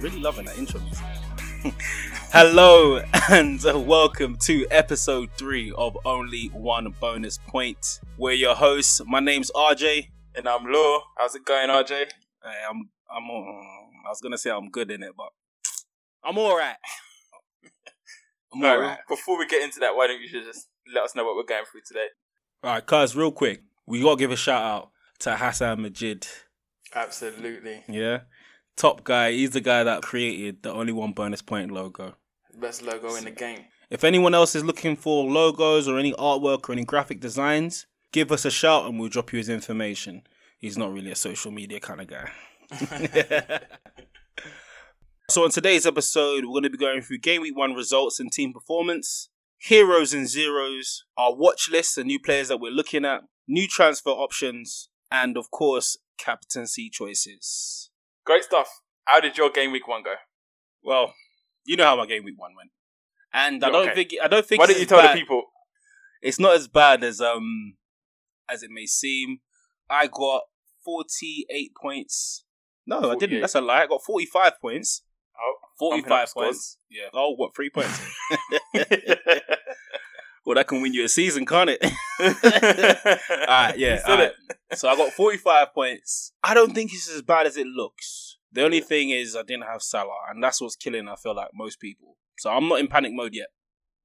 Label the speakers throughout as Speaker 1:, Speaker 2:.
Speaker 1: really loving that intro music. Hello and welcome to episode three of Only One Bonus Point. We're your hosts. My name's RJ.
Speaker 2: And I'm Law. How's it going, RJ?
Speaker 1: Hey, I'm I'm all- I was gonna say I'm good in it, but I'm alright. I'm
Speaker 2: Right,
Speaker 1: alright.
Speaker 2: Before we get into that, why don't you just let us know what we're going through today?
Speaker 1: Alright, cuz real quick, we gotta give a shout out to Hassan Majid.
Speaker 2: Absolutely.
Speaker 1: Yeah. Top guy, he's the guy that created the only one bonus point logo.
Speaker 2: Best logo in the game.
Speaker 1: If anyone else is looking for logos or any artwork or any graphic designs, give us a shout and we'll drop you his information. He's not really a social media kind of guy. so, on today's episode, we're going to be going through game week one results and team performance, heroes and zeros, our watch lists and new players that we're looking at, new transfer options, and of course, captaincy choices.
Speaker 2: Great stuff. How did your game week one go?
Speaker 1: Well, you know how my game week one went. And I
Speaker 2: You're
Speaker 1: don't
Speaker 2: okay.
Speaker 1: think I don't think
Speaker 2: Why
Speaker 1: it's
Speaker 2: don't you
Speaker 1: as
Speaker 2: tell
Speaker 1: bad-
Speaker 2: the people?
Speaker 1: it's not as bad as um as it may seem. I got forty eight points. No, I
Speaker 2: 48.
Speaker 1: didn't. That's a lie. I got forty five points.
Speaker 2: Oh,
Speaker 1: Forty
Speaker 2: bumping up
Speaker 1: five points.
Speaker 2: scores.
Speaker 1: Yeah. Oh, what three points? well, that can win you a season, can't it?
Speaker 2: all
Speaker 1: Alright, yeah,
Speaker 2: You said
Speaker 1: alright.
Speaker 2: it.
Speaker 1: so I got forty five points. I don't think it's as bad as it looks. The only thing is I didn't have Salah, and that's what's killing. I feel like most people. So I'm not in panic mode yet.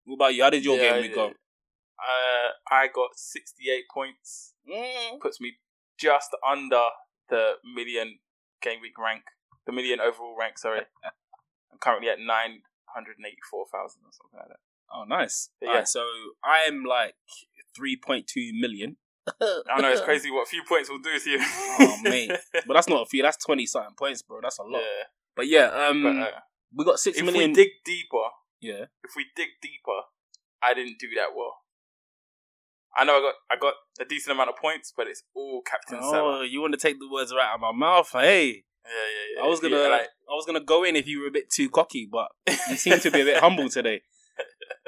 Speaker 1: What about you? How did your
Speaker 2: Yeah,
Speaker 1: game week go?
Speaker 2: Uh, I got 68 points.
Speaker 1: Mm.
Speaker 2: Puts me just under the million game week rank. The million overall rank, sorry. I'm currently at 984,000 or something like that.
Speaker 1: Oh, nice.
Speaker 2: But
Speaker 1: Yeah.
Speaker 2: yeah.
Speaker 1: so I am like 3.2 million.
Speaker 2: I know it's crazy what a few points will do to you.
Speaker 1: Oh, mate. But that's not a few. That's 20 something points, bro. That's a lot.
Speaker 2: Yeah.
Speaker 1: But yeah, um,
Speaker 2: But, uh,
Speaker 1: we got six
Speaker 2: if
Speaker 1: million.
Speaker 2: we dig deeper,
Speaker 1: yeah.
Speaker 2: if we dig deeper, I didn't do that well. I know I got I got a decent amount of points, but it's all Captain Salah.
Speaker 1: Oh, you want to take the words right out of my mouth? Hey,
Speaker 2: Yeah, yeah, yeah.
Speaker 1: I was gonna,
Speaker 2: Yeah,
Speaker 1: I
Speaker 2: like-
Speaker 1: was gonna go in if you were a bit too cocky, but you seem to be a bit humble today.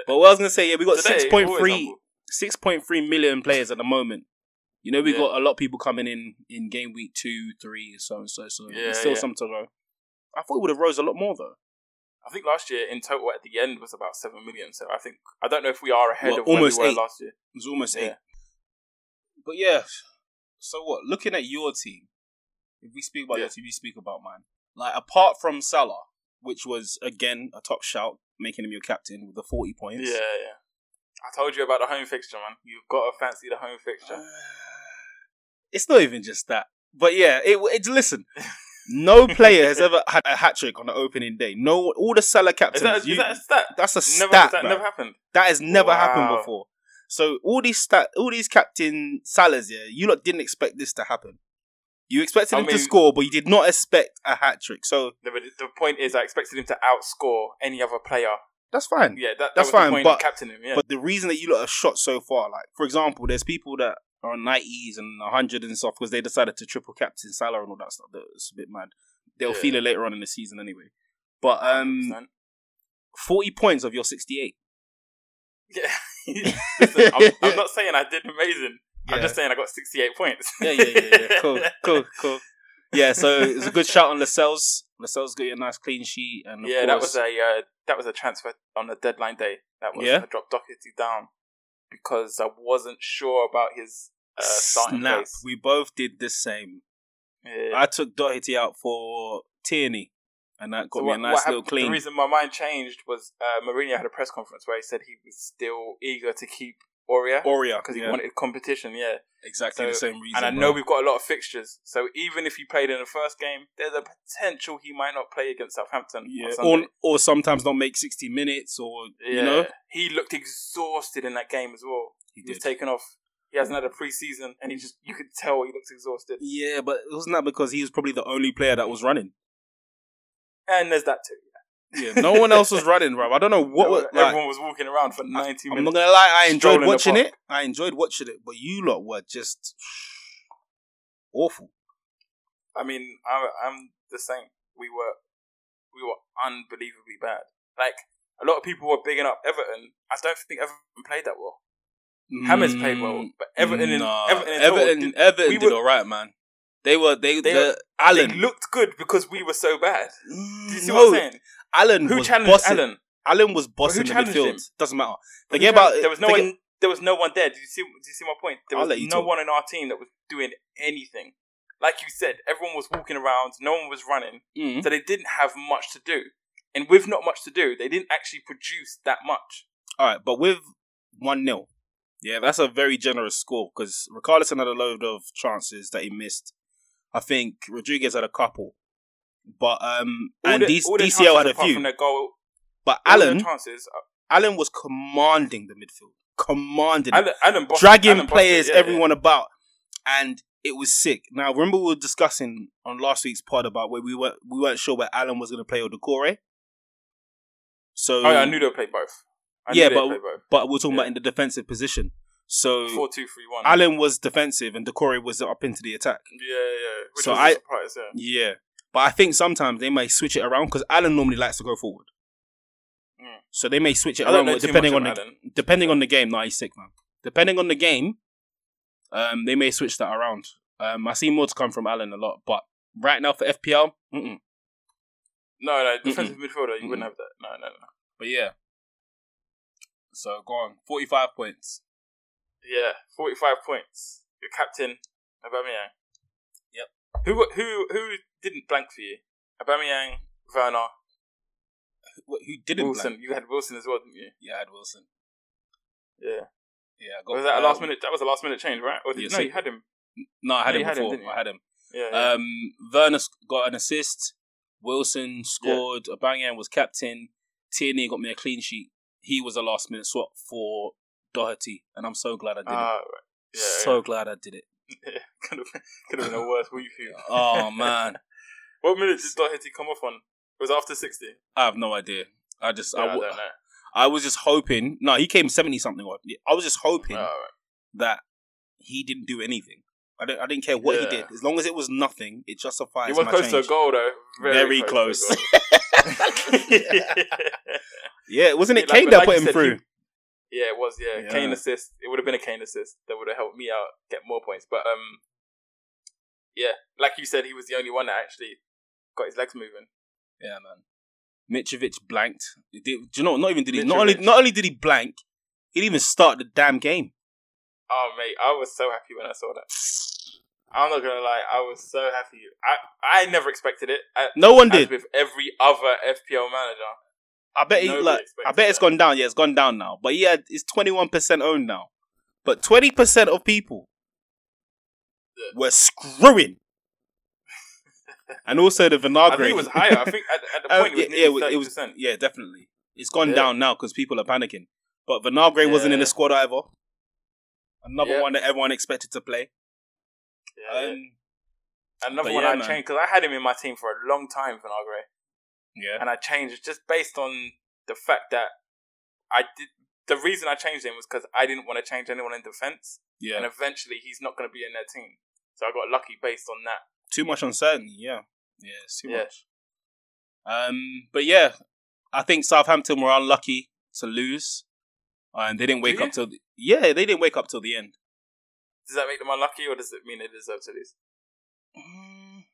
Speaker 1: But what I was gonna say, yeah, we got
Speaker 2: Today,
Speaker 1: 6.3,
Speaker 2: always
Speaker 1: 6.3 million players at the moment. You know, we
Speaker 2: Yeah.
Speaker 1: got a lot of people coming in in game week two, three, so and so. So
Speaker 2: Yeah,
Speaker 1: there's still
Speaker 2: yeah.
Speaker 1: some to go. I thought it would have rose a lot more though.
Speaker 2: I think last year in total at the end was about seven million. So I think I don't know if we are ahead
Speaker 1: Well,
Speaker 2: of where we
Speaker 1: almost
Speaker 2: were
Speaker 1: eight.
Speaker 2: last year.
Speaker 1: It was almost
Speaker 2: Yeah.
Speaker 1: eight. But yeah, so what? Looking at your team, if we speak about
Speaker 2: Yeah.
Speaker 1: your team, you speak about mine. Like apart from Salah, which was again a top shout, making him your captain with the forty points.
Speaker 2: Yeah, yeah. I told you about the home fixture, man. You've got to fancy the home fixture.
Speaker 1: Uh, It's not even just that, but yeah, it. It's listen. No player has ever had a hat trick on the opening day. No, all the Salah
Speaker 2: Is
Speaker 1: captains.
Speaker 2: that, is
Speaker 1: you-
Speaker 2: that a stat?
Speaker 1: that's a
Speaker 2: Never,
Speaker 1: stat.
Speaker 2: that
Speaker 1: man.
Speaker 2: never happened.
Speaker 1: That has never happened
Speaker 2: Wow.
Speaker 1: before. So all these stat, all these captain Salahs, yeah, you lot didn't expect this to happen. You expected
Speaker 2: I
Speaker 1: him to
Speaker 2: mean-
Speaker 1: score, but you did not expect a hat trick. So
Speaker 2: The, the point is, I expected him to outscore any other player.
Speaker 1: that's fine.
Speaker 2: Yeah, that, that
Speaker 1: Mm. That's
Speaker 2: was
Speaker 1: fine,
Speaker 2: the point
Speaker 1: but-
Speaker 2: of captaining him. Yeah.
Speaker 1: But the reason that you lot have shot so far, like for example, there's people that are on nineties and hundred and stuff because they decided to triple captain Salah and all that stuff. That's a bit mad. They'll
Speaker 2: Yeah.
Speaker 1: feel it later on in the season anyway. But um,
Speaker 2: 100%.
Speaker 1: forty points of your sixty-eight.
Speaker 2: yeah. Listen, I'm, I'm not saying I did amazing. I'm
Speaker 1: Yeah.
Speaker 2: just saying I got 68 points.
Speaker 1: yeah, yeah, yeah, yeah. Cool, cool, cool. Yeah, so it was a good shout on Lascelles. Lascelles got you a nice clean sheet, and of
Speaker 2: yeah, that was
Speaker 1: course-
Speaker 2: a uh, that was a transfer on the deadline day. That was
Speaker 1: Yeah?
Speaker 2: I dropped Doherty down because I wasn't sure about his uh, starting
Speaker 1: snap.
Speaker 2: place.
Speaker 1: We both did the same.
Speaker 2: Yeah.
Speaker 1: I took Doherty out for Tierney, and that got
Speaker 2: So
Speaker 1: me a
Speaker 2: what-
Speaker 1: nice
Speaker 2: what
Speaker 1: little
Speaker 2: happened-
Speaker 1: clean.
Speaker 2: The reason my mind changed was uh, Mourinho had a press conference where he said he was still eager to keep Oria
Speaker 1: Oria,
Speaker 2: because he
Speaker 1: yeah,
Speaker 2: wanted competition. Yeah,
Speaker 1: exactly
Speaker 2: so-
Speaker 1: the same reason.
Speaker 2: and I
Speaker 1: bro.
Speaker 2: know we've got a lot of fixtures, so even if he played in the first game, there's a potential he might not play against Southampton. on
Speaker 1: yeah,
Speaker 2: Sunday.
Speaker 1: or or sometimes don't make sixty minutes, or you
Speaker 2: Yeah.
Speaker 1: know,
Speaker 2: he looked exhausted in that game as well.
Speaker 1: he
Speaker 2: He was
Speaker 1: did.
Speaker 2: taken off. He hasn't had a preseason, and he just you could tell he looks exhausted.
Speaker 1: yeah, but it wasn't that because he was probably the only player that was running.
Speaker 2: And there's that too.
Speaker 1: Yeah, no one else was running, bro. I don't know what. was like,
Speaker 2: everyone was walking around for 90
Speaker 1: I'm not
Speaker 2: minutes.
Speaker 1: gonna lie, I enjoyed
Speaker 2: Strolling the
Speaker 1: watching
Speaker 2: park.
Speaker 1: it. I enjoyed watching it, but you lot were just awful.
Speaker 2: I mean, I, I'm the same. We were we were unbelievably bad. Like a lot of people were bigging up Everton. I don't think Everton played that well. Hammers played well, but Everton in
Speaker 1: Mm, Nah,
Speaker 2: Everton, in total
Speaker 1: Everton,
Speaker 2: didn't-
Speaker 1: Everton
Speaker 2: we
Speaker 1: did
Speaker 2: were-
Speaker 1: all right, man. They were they,
Speaker 2: They
Speaker 1: the,
Speaker 2: were-
Speaker 1: Alan.
Speaker 2: They looked good because we were so bad. Do you see
Speaker 1: no,
Speaker 2: what I'm saying?
Speaker 1: Alan
Speaker 2: Who
Speaker 1: was
Speaker 2: challenged
Speaker 1: bossing.
Speaker 2: Alan?
Speaker 1: Alan was bossing the
Speaker 2: challenged
Speaker 1: midfield.
Speaker 2: him?
Speaker 1: Doesn't matter.
Speaker 2: Who
Speaker 1: Forget
Speaker 2: challenged-
Speaker 1: about
Speaker 2: There was no
Speaker 1: forget-
Speaker 2: one. There was no one there. Did you see? Did you see my point? There
Speaker 1: I'll
Speaker 2: was
Speaker 1: let you
Speaker 2: no
Speaker 1: talk.
Speaker 2: one in our team that was doing anything. Like you said, everyone was walking around. No one was running,
Speaker 1: Mm.
Speaker 2: so they didn't have much to do. And with not much to do, they didn't actually produce that much.
Speaker 1: All right, but with one 0 yeah, that's a very generous score because Ricardison had a load of chances that he missed. I think Rodriguez had a couple, but um,
Speaker 2: All
Speaker 1: and
Speaker 2: the-
Speaker 1: D-
Speaker 2: all the
Speaker 1: DCL had
Speaker 2: chances
Speaker 1: a
Speaker 2: apart From
Speaker 1: few.
Speaker 2: their goal,
Speaker 1: But
Speaker 2: all their
Speaker 1: Alan,
Speaker 2: chances. uh,
Speaker 1: Alan was commanding the midfield, commanding, it,
Speaker 2: Alan, Alan bossed-
Speaker 1: dragging
Speaker 2: Alan bossed it,
Speaker 1: players,
Speaker 2: yeah, yeah.
Speaker 1: everyone about, and it was sick. Now remember we were discussing on last week's pod about where we were we weren't sure where Alan was going to play or Decore. So
Speaker 2: Oh, yeah, I knew they played both. I knew
Speaker 1: Yeah,
Speaker 2: they
Speaker 1: but-
Speaker 2: played both.
Speaker 1: but we're talking
Speaker 2: Yeah.
Speaker 1: about in the defensive position. So
Speaker 2: Four, two, three, one.
Speaker 1: Allen was defensive and Decore was up into the attack.
Speaker 2: Yeah, yeah. Which
Speaker 1: So
Speaker 2: was
Speaker 1: I-
Speaker 2: a surprise, yeah.
Speaker 1: Yeah, but I think sometimes they may switch it around because Allen normally likes to go forward.
Speaker 2: Mm.
Speaker 1: So they may switch it
Speaker 2: I don't
Speaker 1: around
Speaker 2: know too
Speaker 1: depending
Speaker 2: much
Speaker 1: on the
Speaker 2: about Allen.
Speaker 1: depending on the game. Nah, he's sick, man. Depending on the game, um, they may switch that around. Um, I see more to come from Allen a lot, but right now for FPL, mm-mm.
Speaker 2: No, no, defensive midfielder, you wouldn't have that. No, no, no.
Speaker 1: but yeah. So go on, forty-five points.
Speaker 2: Yeah, forty-five points. Your captain, Aubameyang.
Speaker 1: Yep.
Speaker 2: Who who who didn't blank for you? Aubameyang, Werner,
Speaker 1: Wh- Who didn't?
Speaker 2: Wilson.
Speaker 1: blank?
Speaker 2: You had Wilson as well, didn't you?
Speaker 1: Yeah, I had Wilson.
Speaker 2: Yeah.
Speaker 1: Yeah, I got,
Speaker 2: was that a
Speaker 1: um,
Speaker 2: last minute? That was a last minute change, right? Or did,
Speaker 1: yeah,
Speaker 2: no,
Speaker 1: so-
Speaker 2: you had him.
Speaker 1: No, I had
Speaker 2: No,
Speaker 1: him
Speaker 2: you had him,
Speaker 1: before.
Speaker 2: didn't you?
Speaker 1: I had him.
Speaker 2: Yeah. yeah.
Speaker 1: Um, Werner sc- got an assist. Wilson scored. Abangan was captain. Tierney got me a clean sheet. He was a last minute swap for Doherty, and I'm so glad I did it.
Speaker 2: Ah, right. yeah,
Speaker 1: so glad I did it.
Speaker 2: yeah. could have could have been a worse week for you.
Speaker 1: Oh man,
Speaker 2: What minute did Doherty come off on? It was after sixty.
Speaker 1: I have no idea. I just
Speaker 2: Yeah,
Speaker 1: I,
Speaker 2: I,
Speaker 1: w-
Speaker 2: don't know.
Speaker 1: I was just hoping. No, he came seventy something. or- I was just hoping
Speaker 2: Ah, right.
Speaker 1: that he didn't do anything. I didn't. I didn't care what
Speaker 2: Yeah.
Speaker 1: he did. As long as it was nothing, it justifies.
Speaker 2: He was
Speaker 1: my
Speaker 2: close to a
Speaker 1: change.
Speaker 2: goal though.
Speaker 1: Very
Speaker 2: Very,
Speaker 1: close.
Speaker 2: to a goal.
Speaker 1: Yeah, wasn't it?
Speaker 2: Yeah, like-
Speaker 1: Kane
Speaker 2: but
Speaker 1: that
Speaker 2: like
Speaker 1: put
Speaker 2: you
Speaker 1: him
Speaker 2: said,
Speaker 1: through.
Speaker 2: Yeah, it was. Yeah,
Speaker 1: Yeah.
Speaker 2: Kane assist. It would have been a Kane assist that would have helped me out get more points. But um, yeah, like you said, he was the only one that actually got his legs moving.
Speaker 1: Yeah, man. Mitrovic blanked. He did- do you know? Not even did he. Not only, not only did he blank, he didn't even start the damn game.
Speaker 2: Oh mate, I was so happy when I saw that. I'm not gonna lie, I was so happy. I I never expected it. I,
Speaker 1: No one
Speaker 2: as
Speaker 1: did.
Speaker 2: with every other FPL manager.
Speaker 1: I bet. He,
Speaker 2: Nobody
Speaker 1: like, I
Speaker 2: expected
Speaker 1: bet it's
Speaker 2: that.
Speaker 1: gone down. Yeah, it's gone down now. But yeah, it's twenty one percent owned now. But twenty percent of people
Speaker 2: Yeah.
Speaker 1: were screwing. and also the Vinagre.
Speaker 2: I think it was higher. I think at, at the
Speaker 1: Oh,
Speaker 2: point
Speaker 1: yeah,
Speaker 2: it was
Speaker 1: yeah, it
Speaker 2: nearly
Speaker 1: was-
Speaker 2: thirty
Speaker 1: it was-
Speaker 2: percent.
Speaker 1: yeah, definitely. It's gone
Speaker 2: Yeah.
Speaker 1: down now because people are panicking. But Vinagre wasn't in
Speaker 2: Yeah.
Speaker 1: the squad either. Another
Speaker 2: Yeah.
Speaker 1: one that everyone expected to play. Um,
Speaker 2: Another
Speaker 1: but
Speaker 2: one
Speaker 1: yeah,
Speaker 2: I
Speaker 1: man.
Speaker 2: changed because I had him in my team for a long time, Vinagre.
Speaker 1: yeah.
Speaker 2: and I changed just based on the fact that I did. The reason I changed him was because I didn't want to change anyone in defense,
Speaker 1: Yeah.
Speaker 2: and eventually he's not going to be in their team. So I got lucky based on that.
Speaker 1: too much uncertainty. Yeah, yeah, it's too
Speaker 2: Yeah.
Speaker 1: much. Um, but yeah, I think Southampton were unlucky to lose, and they didn't wake
Speaker 2: Did
Speaker 1: up till the, yeah, they didn't wake up till the end.
Speaker 2: Does that make them unlucky, or does it mean they deserve to lose?
Speaker 1: Mm.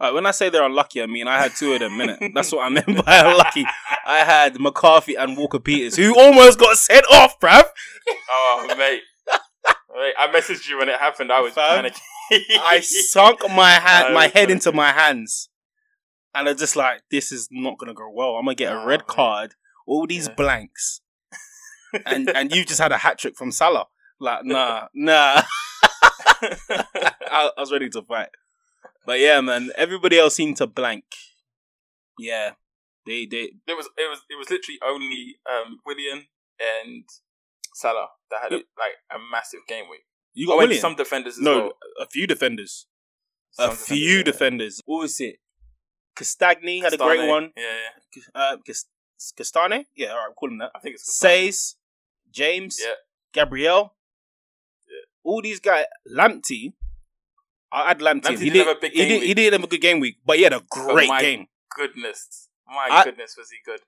Speaker 1: Alright, Uh, when I say they're unlucky, I mean I had two of them. Minute, that's what I meant by unlucky. I had McCarthy and Walker Peters, who almost got sent off, bruv.
Speaker 2: Oh, mate. Mate, I messaged you when it happened. I was
Speaker 1: Fam,
Speaker 2: panicking.
Speaker 1: I sunk my hand,
Speaker 2: I
Speaker 1: my
Speaker 2: was
Speaker 1: head
Speaker 2: joking.
Speaker 1: into my hands, and I'm just like, this is not gonna go well. I'm gonna get a
Speaker 2: Nah,
Speaker 1: red
Speaker 2: man.
Speaker 1: card, all these
Speaker 2: Yeah.
Speaker 1: blanks, and and you just had a hat trick from Salah. Like, nah, nah. I, I was ready to fight, but yeah, man. Everybody else seemed to blank. Yeah, they they
Speaker 2: It was it was it was literally only um, William and Salah that had a, like a massive game week.
Speaker 1: you got
Speaker 2: Oh, and
Speaker 1: Willian?
Speaker 2: some defenders as
Speaker 1: no,
Speaker 2: well.
Speaker 1: a few defenders,
Speaker 2: Some
Speaker 1: a few
Speaker 2: yeah.
Speaker 1: defenders. What was it? Castagni had a
Speaker 2: Stane,
Speaker 1: great one.
Speaker 2: Yeah, yeah.
Speaker 1: uh, Cas- Castane. Yeah, all right, I'm calling that.
Speaker 2: I think it's Castane.
Speaker 1: Says, James,
Speaker 2: Yeah.
Speaker 1: Gabriel,
Speaker 2: Yeah.
Speaker 1: all these guys. Lamptey, I had Lamptey.
Speaker 2: Lamptey
Speaker 1: he
Speaker 2: didn't
Speaker 1: did,
Speaker 2: have a big
Speaker 1: he,
Speaker 2: game
Speaker 1: did,
Speaker 2: week.
Speaker 1: he did have a good game week, but he had a great
Speaker 2: my-
Speaker 1: game.
Speaker 2: goodness. My
Speaker 1: I-
Speaker 2: goodness, was he good?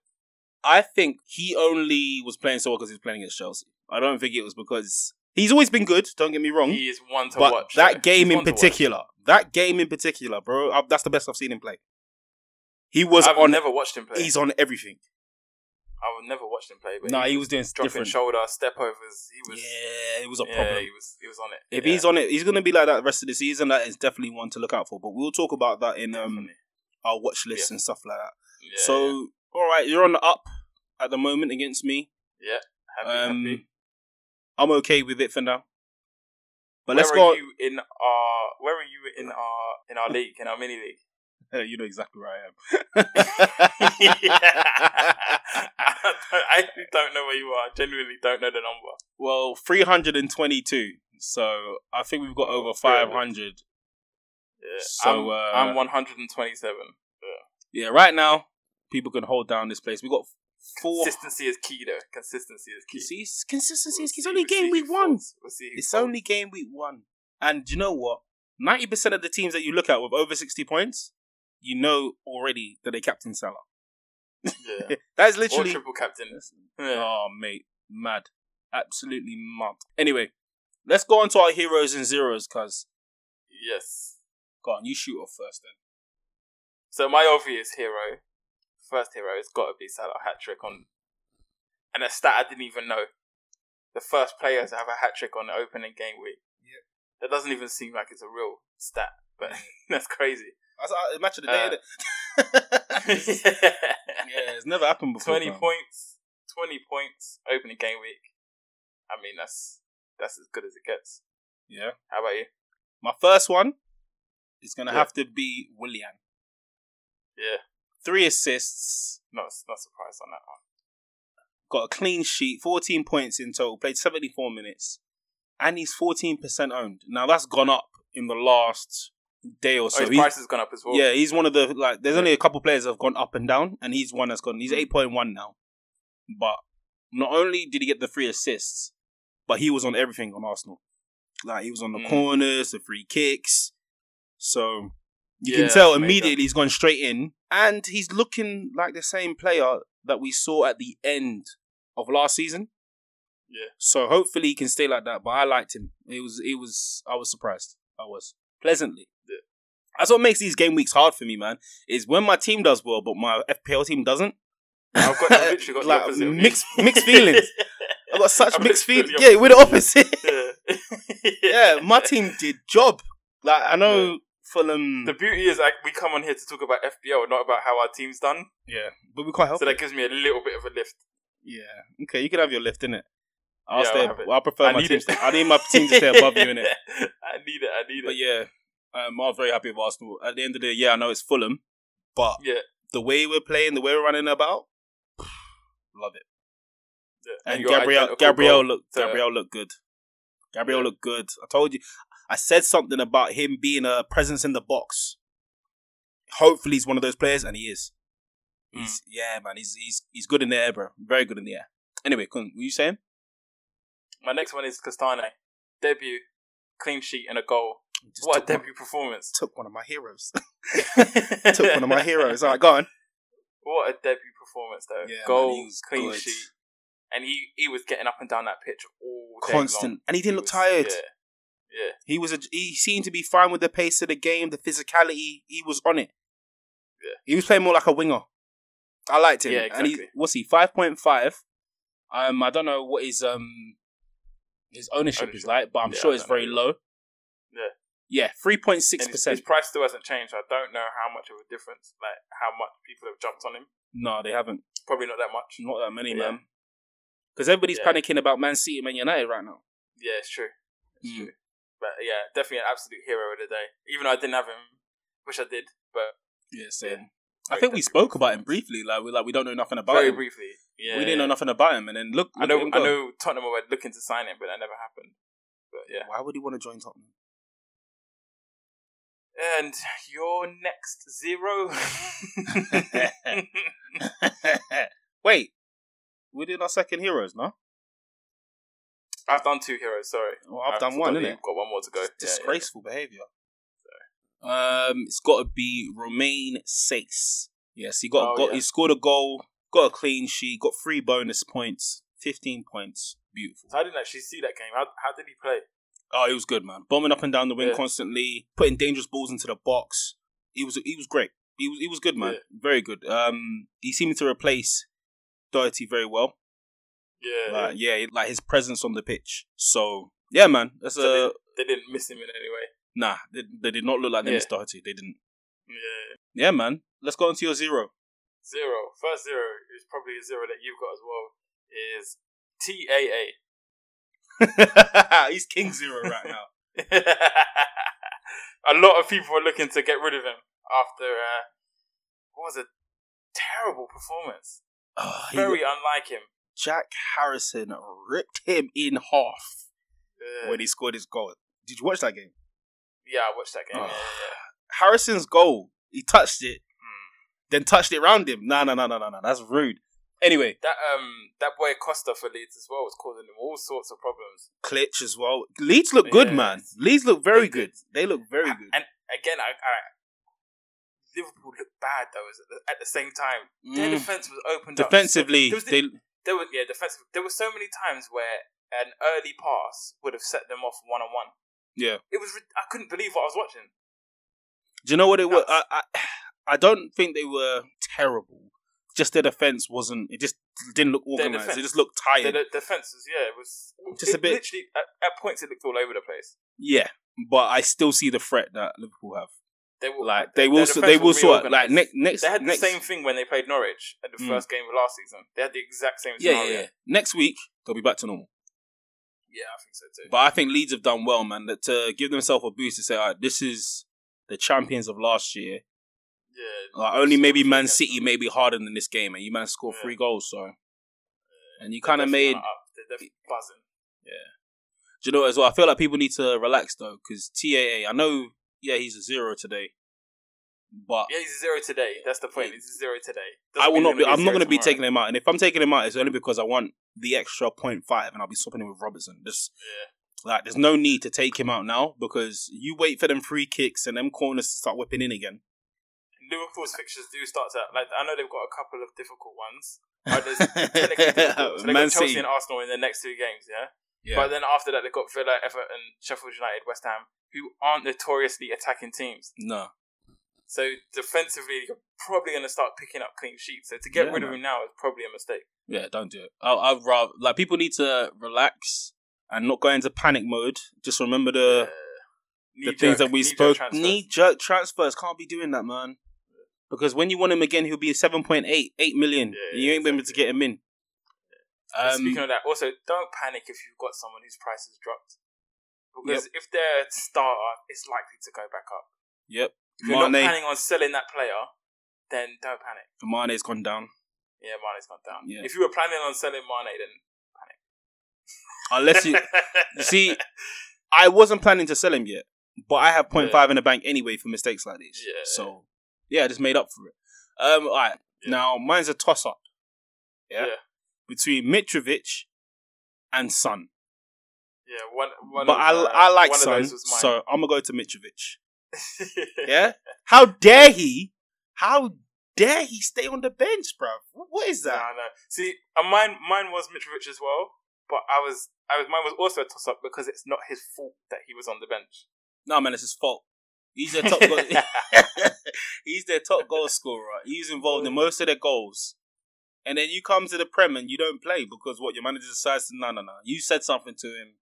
Speaker 1: I think he only was playing so well because he was playing against Chelsea. I don't think it was because He's always been good. Don't get me wrong.
Speaker 2: He is one to
Speaker 1: but
Speaker 2: watch.
Speaker 1: that
Speaker 2: though.
Speaker 1: game
Speaker 2: He's
Speaker 1: in
Speaker 2: one to watch.
Speaker 1: particular, that game in particular, bro, I, that's the best I've seen him play. He was
Speaker 2: I've
Speaker 1: on.
Speaker 2: never watched him play.
Speaker 1: he's on everything.
Speaker 2: I've never watched him play. But
Speaker 1: No,
Speaker 2: he,
Speaker 1: he was doing
Speaker 2: dropping
Speaker 1: different.
Speaker 2: shoulder step overs. He was.
Speaker 1: yeah, it was a
Speaker 2: yeah,
Speaker 1: problem.
Speaker 2: he was. He was on it.
Speaker 1: If
Speaker 2: yeah,
Speaker 1: he's on it, he's going to be like that the rest of the season. That is definitely one to look out for. But we'll talk about that in um,
Speaker 2: definitely.
Speaker 1: our watch list
Speaker 2: Yeah.
Speaker 1: and stuff like that.
Speaker 2: Yeah,
Speaker 1: so,
Speaker 2: yeah.
Speaker 1: all right, you're on the up at the moment against me.
Speaker 2: happy,
Speaker 1: um,
Speaker 2: happy.
Speaker 1: I'm okay with it for now. But
Speaker 2: Where
Speaker 1: let's
Speaker 2: are
Speaker 1: go.
Speaker 2: you in our? Where are you in our in our league in our mini league?
Speaker 1: Uh, you know exactly where I am.
Speaker 2: I don't- I actually don't know where you are. I genuinely don't know the number.
Speaker 1: well, 322. So I think we've got over
Speaker 2: fair enough.
Speaker 1: 500.
Speaker 2: Yeah.
Speaker 1: So,
Speaker 2: I'm,
Speaker 1: uh,
Speaker 2: I'm 127.
Speaker 1: Yeah, right now, people can hold down this place. We've got four.
Speaker 2: Consistency is key, though. Consistency is key.
Speaker 1: See, it's consistency.
Speaker 2: We'll
Speaker 1: is key. It's
Speaker 2: see-
Speaker 1: only
Speaker 2: we'll see
Speaker 1: game
Speaker 2: who
Speaker 1: week one.
Speaker 2: falls. We'll see who
Speaker 1: It's
Speaker 2: falls.
Speaker 1: only game week one. And you know what? 90% of the teams that you look at with over 60 points, you know already that they captain Salah.
Speaker 2: yeah.
Speaker 1: That is
Speaker 2: or
Speaker 1: literally.
Speaker 2: triple captain. Yeah.
Speaker 1: Oh, mate. Mad. Absolutely mad. Anyway, let's go on to our heroes and zeros, cuz.
Speaker 2: Yes.
Speaker 1: Go on, you shoot off first then.
Speaker 2: So my obvious hero, first hero, has got to be Salah hat trick on, and a stat I didn't even know. The first player to have a hat trick on the opening game week. That doesn't even seem like it's a real stat, but that's crazy.
Speaker 1: That's uh, match of the
Speaker 2: Uh,
Speaker 1: day, innit? yeah, it's never happened before.
Speaker 2: twenty
Speaker 1: fam.
Speaker 2: points, twenty points opening game week. I mean, that's that's as good as it gets.
Speaker 1: Yeah.
Speaker 2: How about you?
Speaker 1: My first one is going to
Speaker 2: Yeah.
Speaker 1: have to be Willian.
Speaker 2: Yeah,
Speaker 1: Three assists,
Speaker 2: not not surprised on that one.
Speaker 1: got a clean sheet, 14 points in total, played 74 minutes, and he's 14% owned. Now that's gone up in the last day or
Speaker 2: oh,
Speaker 1: so.
Speaker 2: his
Speaker 1: He's-
Speaker 2: price has gone up as well.
Speaker 1: yeah, he's one of the like. There's only a couple players that have gone up and down, and he's one that's gone. He's
Speaker 2: Mm.
Speaker 1: 8.1 now, but not only did he get the three assists, but he was on everything on Arsenal. Like he was on the
Speaker 2: Mm.
Speaker 1: corners, the free kicks. So you
Speaker 2: Yeah,
Speaker 1: can tell
Speaker 2: major.
Speaker 1: immediately he's gone straight in, and he's looking like the same player that we saw at the end of last season.
Speaker 2: Yeah.
Speaker 1: So hopefully he can stay like that. But I liked him. It was it was I was surprised. I was pleasantly.
Speaker 2: Yeah.
Speaker 1: That's what makes these game weeks hard for me, man. Is when my team does well, but my FPL team doesn't.
Speaker 2: I've got I've literally got the
Speaker 1: Like,
Speaker 2: opposite of you.
Speaker 1: mixed- mixed feelings. I got such
Speaker 2: I'm
Speaker 1: mixed
Speaker 2: literally
Speaker 1: feelings.
Speaker 2: the
Speaker 1: Yeah, we're the opposite.
Speaker 2: yeah.
Speaker 1: yeah, my team did job. Like I know Fulham.
Speaker 2: The beauty is, like, we come on here to talk about FBL, not about how our team's done.
Speaker 1: yeah, but we can't help.
Speaker 2: So
Speaker 1: it.
Speaker 2: that gives me a little bit of a lift.
Speaker 1: yeah, okay, you can have your lift in it. I'll
Speaker 2: Yeah, I'll
Speaker 1: stay.
Speaker 2: have it.
Speaker 1: I prefer
Speaker 2: I
Speaker 1: my
Speaker 2: need
Speaker 1: team.
Speaker 2: it.
Speaker 1: to- I need my team to stay above you in it.
Speaker 2: I need it. I need
Speaker 1: But
Speaker 2: it.
Speaker 1: yeah, um, I was very happy with Arsenal. At the end of the year, I know it's Fulham, but
Speaker 2: Yeah.
Speaker 1: the way we're playing, the way we're running about, love it.
Speaker 2: Yeah.
Speaker 1: And
Speaker 2: your
Speaker 1: Gabriel,
Speaker 2: identical
Speaker 1: Gabriel
Speaker 2: goal
Speaker 1: looked,
Speaker 2: to-
Speaker 1: Gabriel looked good. Gabriel
Speaker 2: Yeah.
Speaker 1: looked good. I told you, I said something about him being a presence in the box. Hopefully, he's one of those players, and he is.
Speaker 2: Hmm.
Speaker 1: He's yeah, man. He's he's he's good in the air, bro. Very good in the air. Anyway, Kun, were you saying?
Speaker 2: My next one is Castane. Debut, clean sheet, and a goal.
Speaker 1: Just
Speaker 2: What a
Speaker 1: took one-
Speaker 2: debut performance.
Speaker 1: took one of my heroes. took one of my heroes. All right, go on.
Speaker 2: What a debut performance, though.
Speaker 1: Yeah, man,
Speaker 2: goal,
Speaker 1: he was
Speaker 2: clean
Speaker 1: good.
Speaker 2: sheet. And he, he was getting up and down that pitch all day
Speaker 1: Constant,
Speaker 2: long.
Speaker 1: and he didn't look
Speaker 2: was-
Speaker 1: tired.
Speaker 2: Yeah. yeah.
Speaker 1: He was a, he seemed to be fine with the pace of the game, the physicality. He was on it.
Speaker 2: Yeah.
Speaker 1: He was playing more like a winger. I liked him.
Speaker 2: Yeah,
Speaker 1: And he,
Speaker 2: exactly.
Speaker 1: what's he? Five point five. Um, I don't know what his um his ownership, is
Speaker 2: Ownership.
Speaker 1: like, but I'm
Speaker 2: Yeah,
Speaker 1: sure
Speaker 2: I
Speaker 1: it's
Speaker 2: don't
Speaker 1: very
Speaker 2: know
Speaker 1: low.
Speaker 2: Yeah.
Speaker 1: Yeah, three point six
Speaker 2: And his, his
Speaker 1: percent.
Speaker 2: price still hasn't changed. So I don't know how much of a difference, like how much people have jumped on him.
Speaker 1: No, they haven't.
Speaker 2: Probably not that much.
Speaker 1: Not that many,
Speaker 2: Yeah.
Speaker 1: man. Because everybody's
Speaker 2: Yeah.
Speaker 1: panicking about Man City and Man United right now.
Speaker 2: Yeah, it's true. It's
Speaker 1: Mm.
Speaker 2: true. But yeah, definitely an absolute hero of the day. Even though I didn't have him, wish I did, but
Speaker 1: Yeah,
Speaker 2: same.
Speaker 1: I
Speaker 2: Great
Speaker 1: think we
Speaker 2: debut
Speaker 1: spoke about him briefly. Like we like we don't know nothing about
Speaker 2: very
Speaker 1: him.
Speaker 2: briefly. Yeah,
Speaker 1: we didn't know nothing about him, and then look.
Speaker 2: I
Speaker 1: look at
Speaker 2: know.
Speaker 1: him
Speaker 2: I
Speaker 1: go.
Speaker 2: know Tottenham were looking to sign him, but that never happened. But yeah.
Speaker 1: Why would he want to join Tottenham?
Speaker 2: And your next zero.
Speaker 1: Wait, we did our second heroes, no?
Speaker 2: I've done two heroes. Sorry,
Speaker 1: Well, I've done one,
Speaker 2: forgot
Speaker 1: innit?
Speaker 2: you've Got one more to go.
Speaker 1: It's
Speaker 2: Yeah, yeah,
Speaker 1: Disgraceful behaviour. Um, it's got to be Romain Sace. Yes, he got,
Speaker 2: Oh,
Speaker 1: got
Speaker 2: yeah.
Speaker 1: he scored a goal, got a clean sheet, got three bonus points, fifteen points. beautiful.
Speaker 2: So I didn't actually see that game. How, how did he play?
Speaker 1: Oh, he was good, man. Bombing up and down the wing
Speaker 2: Yeah.
Speaker 1: constantly, putting dangerous balls into the box. He was he was great. He was he was good, man.
Speaker 2: Yeah.
Speaker 1: Very good. Um, he seemed to replace Doherty very well.
Speaker 2: Yeah,
Speaker 1: Like, yeah, he- like his presence on the pitch. So yeah, man. That's
Speaker 2: So
Speaker 1: a
Speaker 2: they didn't miss him in any way.
Speaker 1: nah. They, they did not look like they
Speaker 2: Yeah.
Speaker 1: missed Doherty. They didn't.
Speaker 2: Yeah,
Speaker 1: Yeah, man. Let's go on to your zero.
Speaker 2: zero. First zero is probably a zero that you've got as well. Is TAA.
Speaker 1: He's king zero right now.
Speaker 2: a lot of people are looking to get rid of him after uh, what was a terrible performance.
Speaker 1: Oh, he-
Speaker 2: Very unlike him.
Speaker 1: Jack Harrison ripped him in half
Speaker 2: Yeah.
Speaker 1: when he scored his goal. Did you watch that game?
Speaker 2: Uh, yeah, I watched that game.
Speaker 1: Oh.
Speaker 2: yeah, yeah, Hmm. yeah.
Speaker 1: Harrison's goal, he touched it, then touched it round him. Nah, nah, nah, nah, nah, nah. That's rude. Anyway,
Speaker 2: That um that boy Costa for Leeds as well was causing him all sorts of problems.
Speaker 1: Klitsch as well. Leeds look good,
Speaker 2: Yeah.
Speaker 1: man. Leeds look very
Speaker 2: They
Speaker 1: good.
Speaker 2: did.
Speaker 1: They look very good.
Speaker 2: And again, I, I Liverpool looked bad though. as- At the same time, their
Speaker 1: Mm.
Speaker 2: defense was opened up.
Speaker 1: Defensively,
Speaker 2: There was the-
Speaker 1: they
Speaker 2: There was yeah, defensive. There were so many times where an early pass would have set them off one on one.
Speaker 1: yeah.
Speaker 2: It was rid- I couldn't believe what I was watching.
Speaker 1: Do you know what it was? I,
Speaker 2: Nuts.
Speaker 1: I I don't think they were terrible. Just their defense wasn't. It just didn't look organized. It
Speaker 2: defense.
Speaker 1: just looked
Speaker 2: The,
Speaker 1: tired.
Speaker 2: the defense was yeah, it was
Speaker 1: Just
Speaker 2: it
Speaker 1: a bit-
Speaker 2: Literally, at, at points it looked all over the place.
Speaker 1: Yeah, but I still see the threat that Liverpool have.
Speaker 2: They were
Speaker 1: Like they
Speaker 2: their
Speaker 1: will,
Speaker 2: defense
Speaker 1: they
Speaker 2: was
Speaker 1: will sort. Like
Speaker 2: reorganised.
Speaker 1: next, next,
Speaker 2: They had the
Speaker 1: next,
Speaker 2: same thing when they played Norwich at the
Speaker 1: Mm.
Speaker 2: first game of last season. They had the exact same
Speaker 1: yeah,
Speaker 2: scenario.
Speaker 1: yeah, yeah. Next week they'll be back to normal.
Speaker 2: Yeah, I think so too.
Speaker 1: But I think Leeds have done well, man, that to give themselves a boost to say, all right, this is the champions of last year.
Speaker 2: yeah,
Speaker 1: Like, only
Speaker 2: Scored
Speaker 1: maybe
Speaker 2: three
Speaker 1: Man
Speaker 2: against
Speaker 1: City
Speaker 2: them.
Speaker 1: may be harder than this game, and you man score
Speaker 2: Yeah.
Speaker 1: three goals, so. And you
Speaker 2: They're
Speaker 1: kind of
Speaker 2: definitely
Speaker 1: made,
Speaker 2: not up. They're definitely buzzing.
Speaker 1: do you know, as well, I feel like people need to relax, though, because TAA, I know, yeah, he's a zero today, but
Speaker 2: Yeah, he's a zero today. That's the point. He's a zero today.
Speaker 1: I will
Speaker 2: mean
Speaker 1: not
Speaker 2: he's
Speaker 1: be,
Speaker 2: gonna
Speaker 1: I'm not
Speaker 2: zero
Speaker 1: going to be
Speaker 2: tomorrow.
Speaker 1: taking him out. And if I'm taking him out, it's only because I want the extra 0.5 and I'll be swapping him with Robertson. Just,
Speaker 2: Yeah.
Speaker 1: like, there's no need to take him out now because you wait for them free kicks and them corners to start whipping in again.
Speaker 2: Liverpool's fixtures do start to like. I know they've got a couple of difficult ones. Uh, there's technically difficult. So they
Speaker 1: Man
Speaker 2: got Chelsea
Speaker 1: City.
Speaker 2: and Arsenal in their next two games. Yeah?
Speaker 1: Yeah.
Speaker 2: But then after that, they've got Villa, Everton, Sheffield United, West Ham, who aren't notoriously attacking teams.
Speaker 1: no.
Speaker 2: So defensively, you're probably going to start picking up clean sheets. So to get
Speaker 1: Yeah,
Speaker 2: rid
Speaker 1: man.
Speaker 2: of him now is probably a mistake.
Speaker 1: Yeah, don't do it. I, I'd rather like people need to relax and not go into panic mode. Just remember the Uh, the
Speaker 2: Knee-jerk-
Speaker 1: things that we
Speaker 2: knee-jerk
Speaker 1: spoke.
Speaker 2: transfers.
Speaker 1: Knee jerk transfers can't be doing that, man. Because when you want him again, he'll be seven point eight, eight million.
Speaker 2: Yeah,
Speaker 1: and you ain't been able to
Speaker 2: exactly.
Speaker 1: get him in.
Speaker 2: And
Speaker 1: Um,
Speaker 2: Speaking of that, also don't panic if you've got someone whose price has dropped, because if they're a starter, it's likely to go back up.
Speaker 1: yep,
Speaker 2: If you're not
Speaker 1: Mane,
Speaker 2: planning on selling that player, then don't panic.
Speaker 1: Mane's gone down.
Speaker 2: Yeah, Mane's gone down.
Speaker 1: Yeah.
Speaker 2: If you were planning on selling Mane, then
Speaker 1: Unless you, you see, I wasn't planning to sell him yet, but I have 0.5 in the bank anyway for mistakes like this.
Speaker 2: Yeah.
Speaker 1: So, yeah, I just made up for it. Um, all right.
Speaker 2: Yeah.
Speaker 1: Now, mine's a toss up. Yeah.
Speaker 2: Yeah.
Speaker 1: Between Mitrovic and Son.
Speaker 2: yeah, one, one
Speaker 1: but
Speaker 2: of,
Speaker 1: I,
Speaker 2: uh,
Speaker 1: I like
Speaker 2: one
Speaker 1: Son,
Speaker 2: Of those was mine.
Speaker 1: so I'm going to go to Mitrovic. Yeah? How dare he? How dare he stay on the bench, bruv? What is that?
Speaker 2: Nah, nah. See, and mine, mine was Mitrovic as well, but I was, I was, mine was also a toss up because it's not his fault that he was on the bench.
Speaker 1: No, man, it's his fault. He's their top goal. He's their top goal scorer. He's involved
Speaker 2: Oh.
Speaker 1: in most of their goals. And then you come to the Prem and you don't play because what your manager decides to no no no. You said something to him,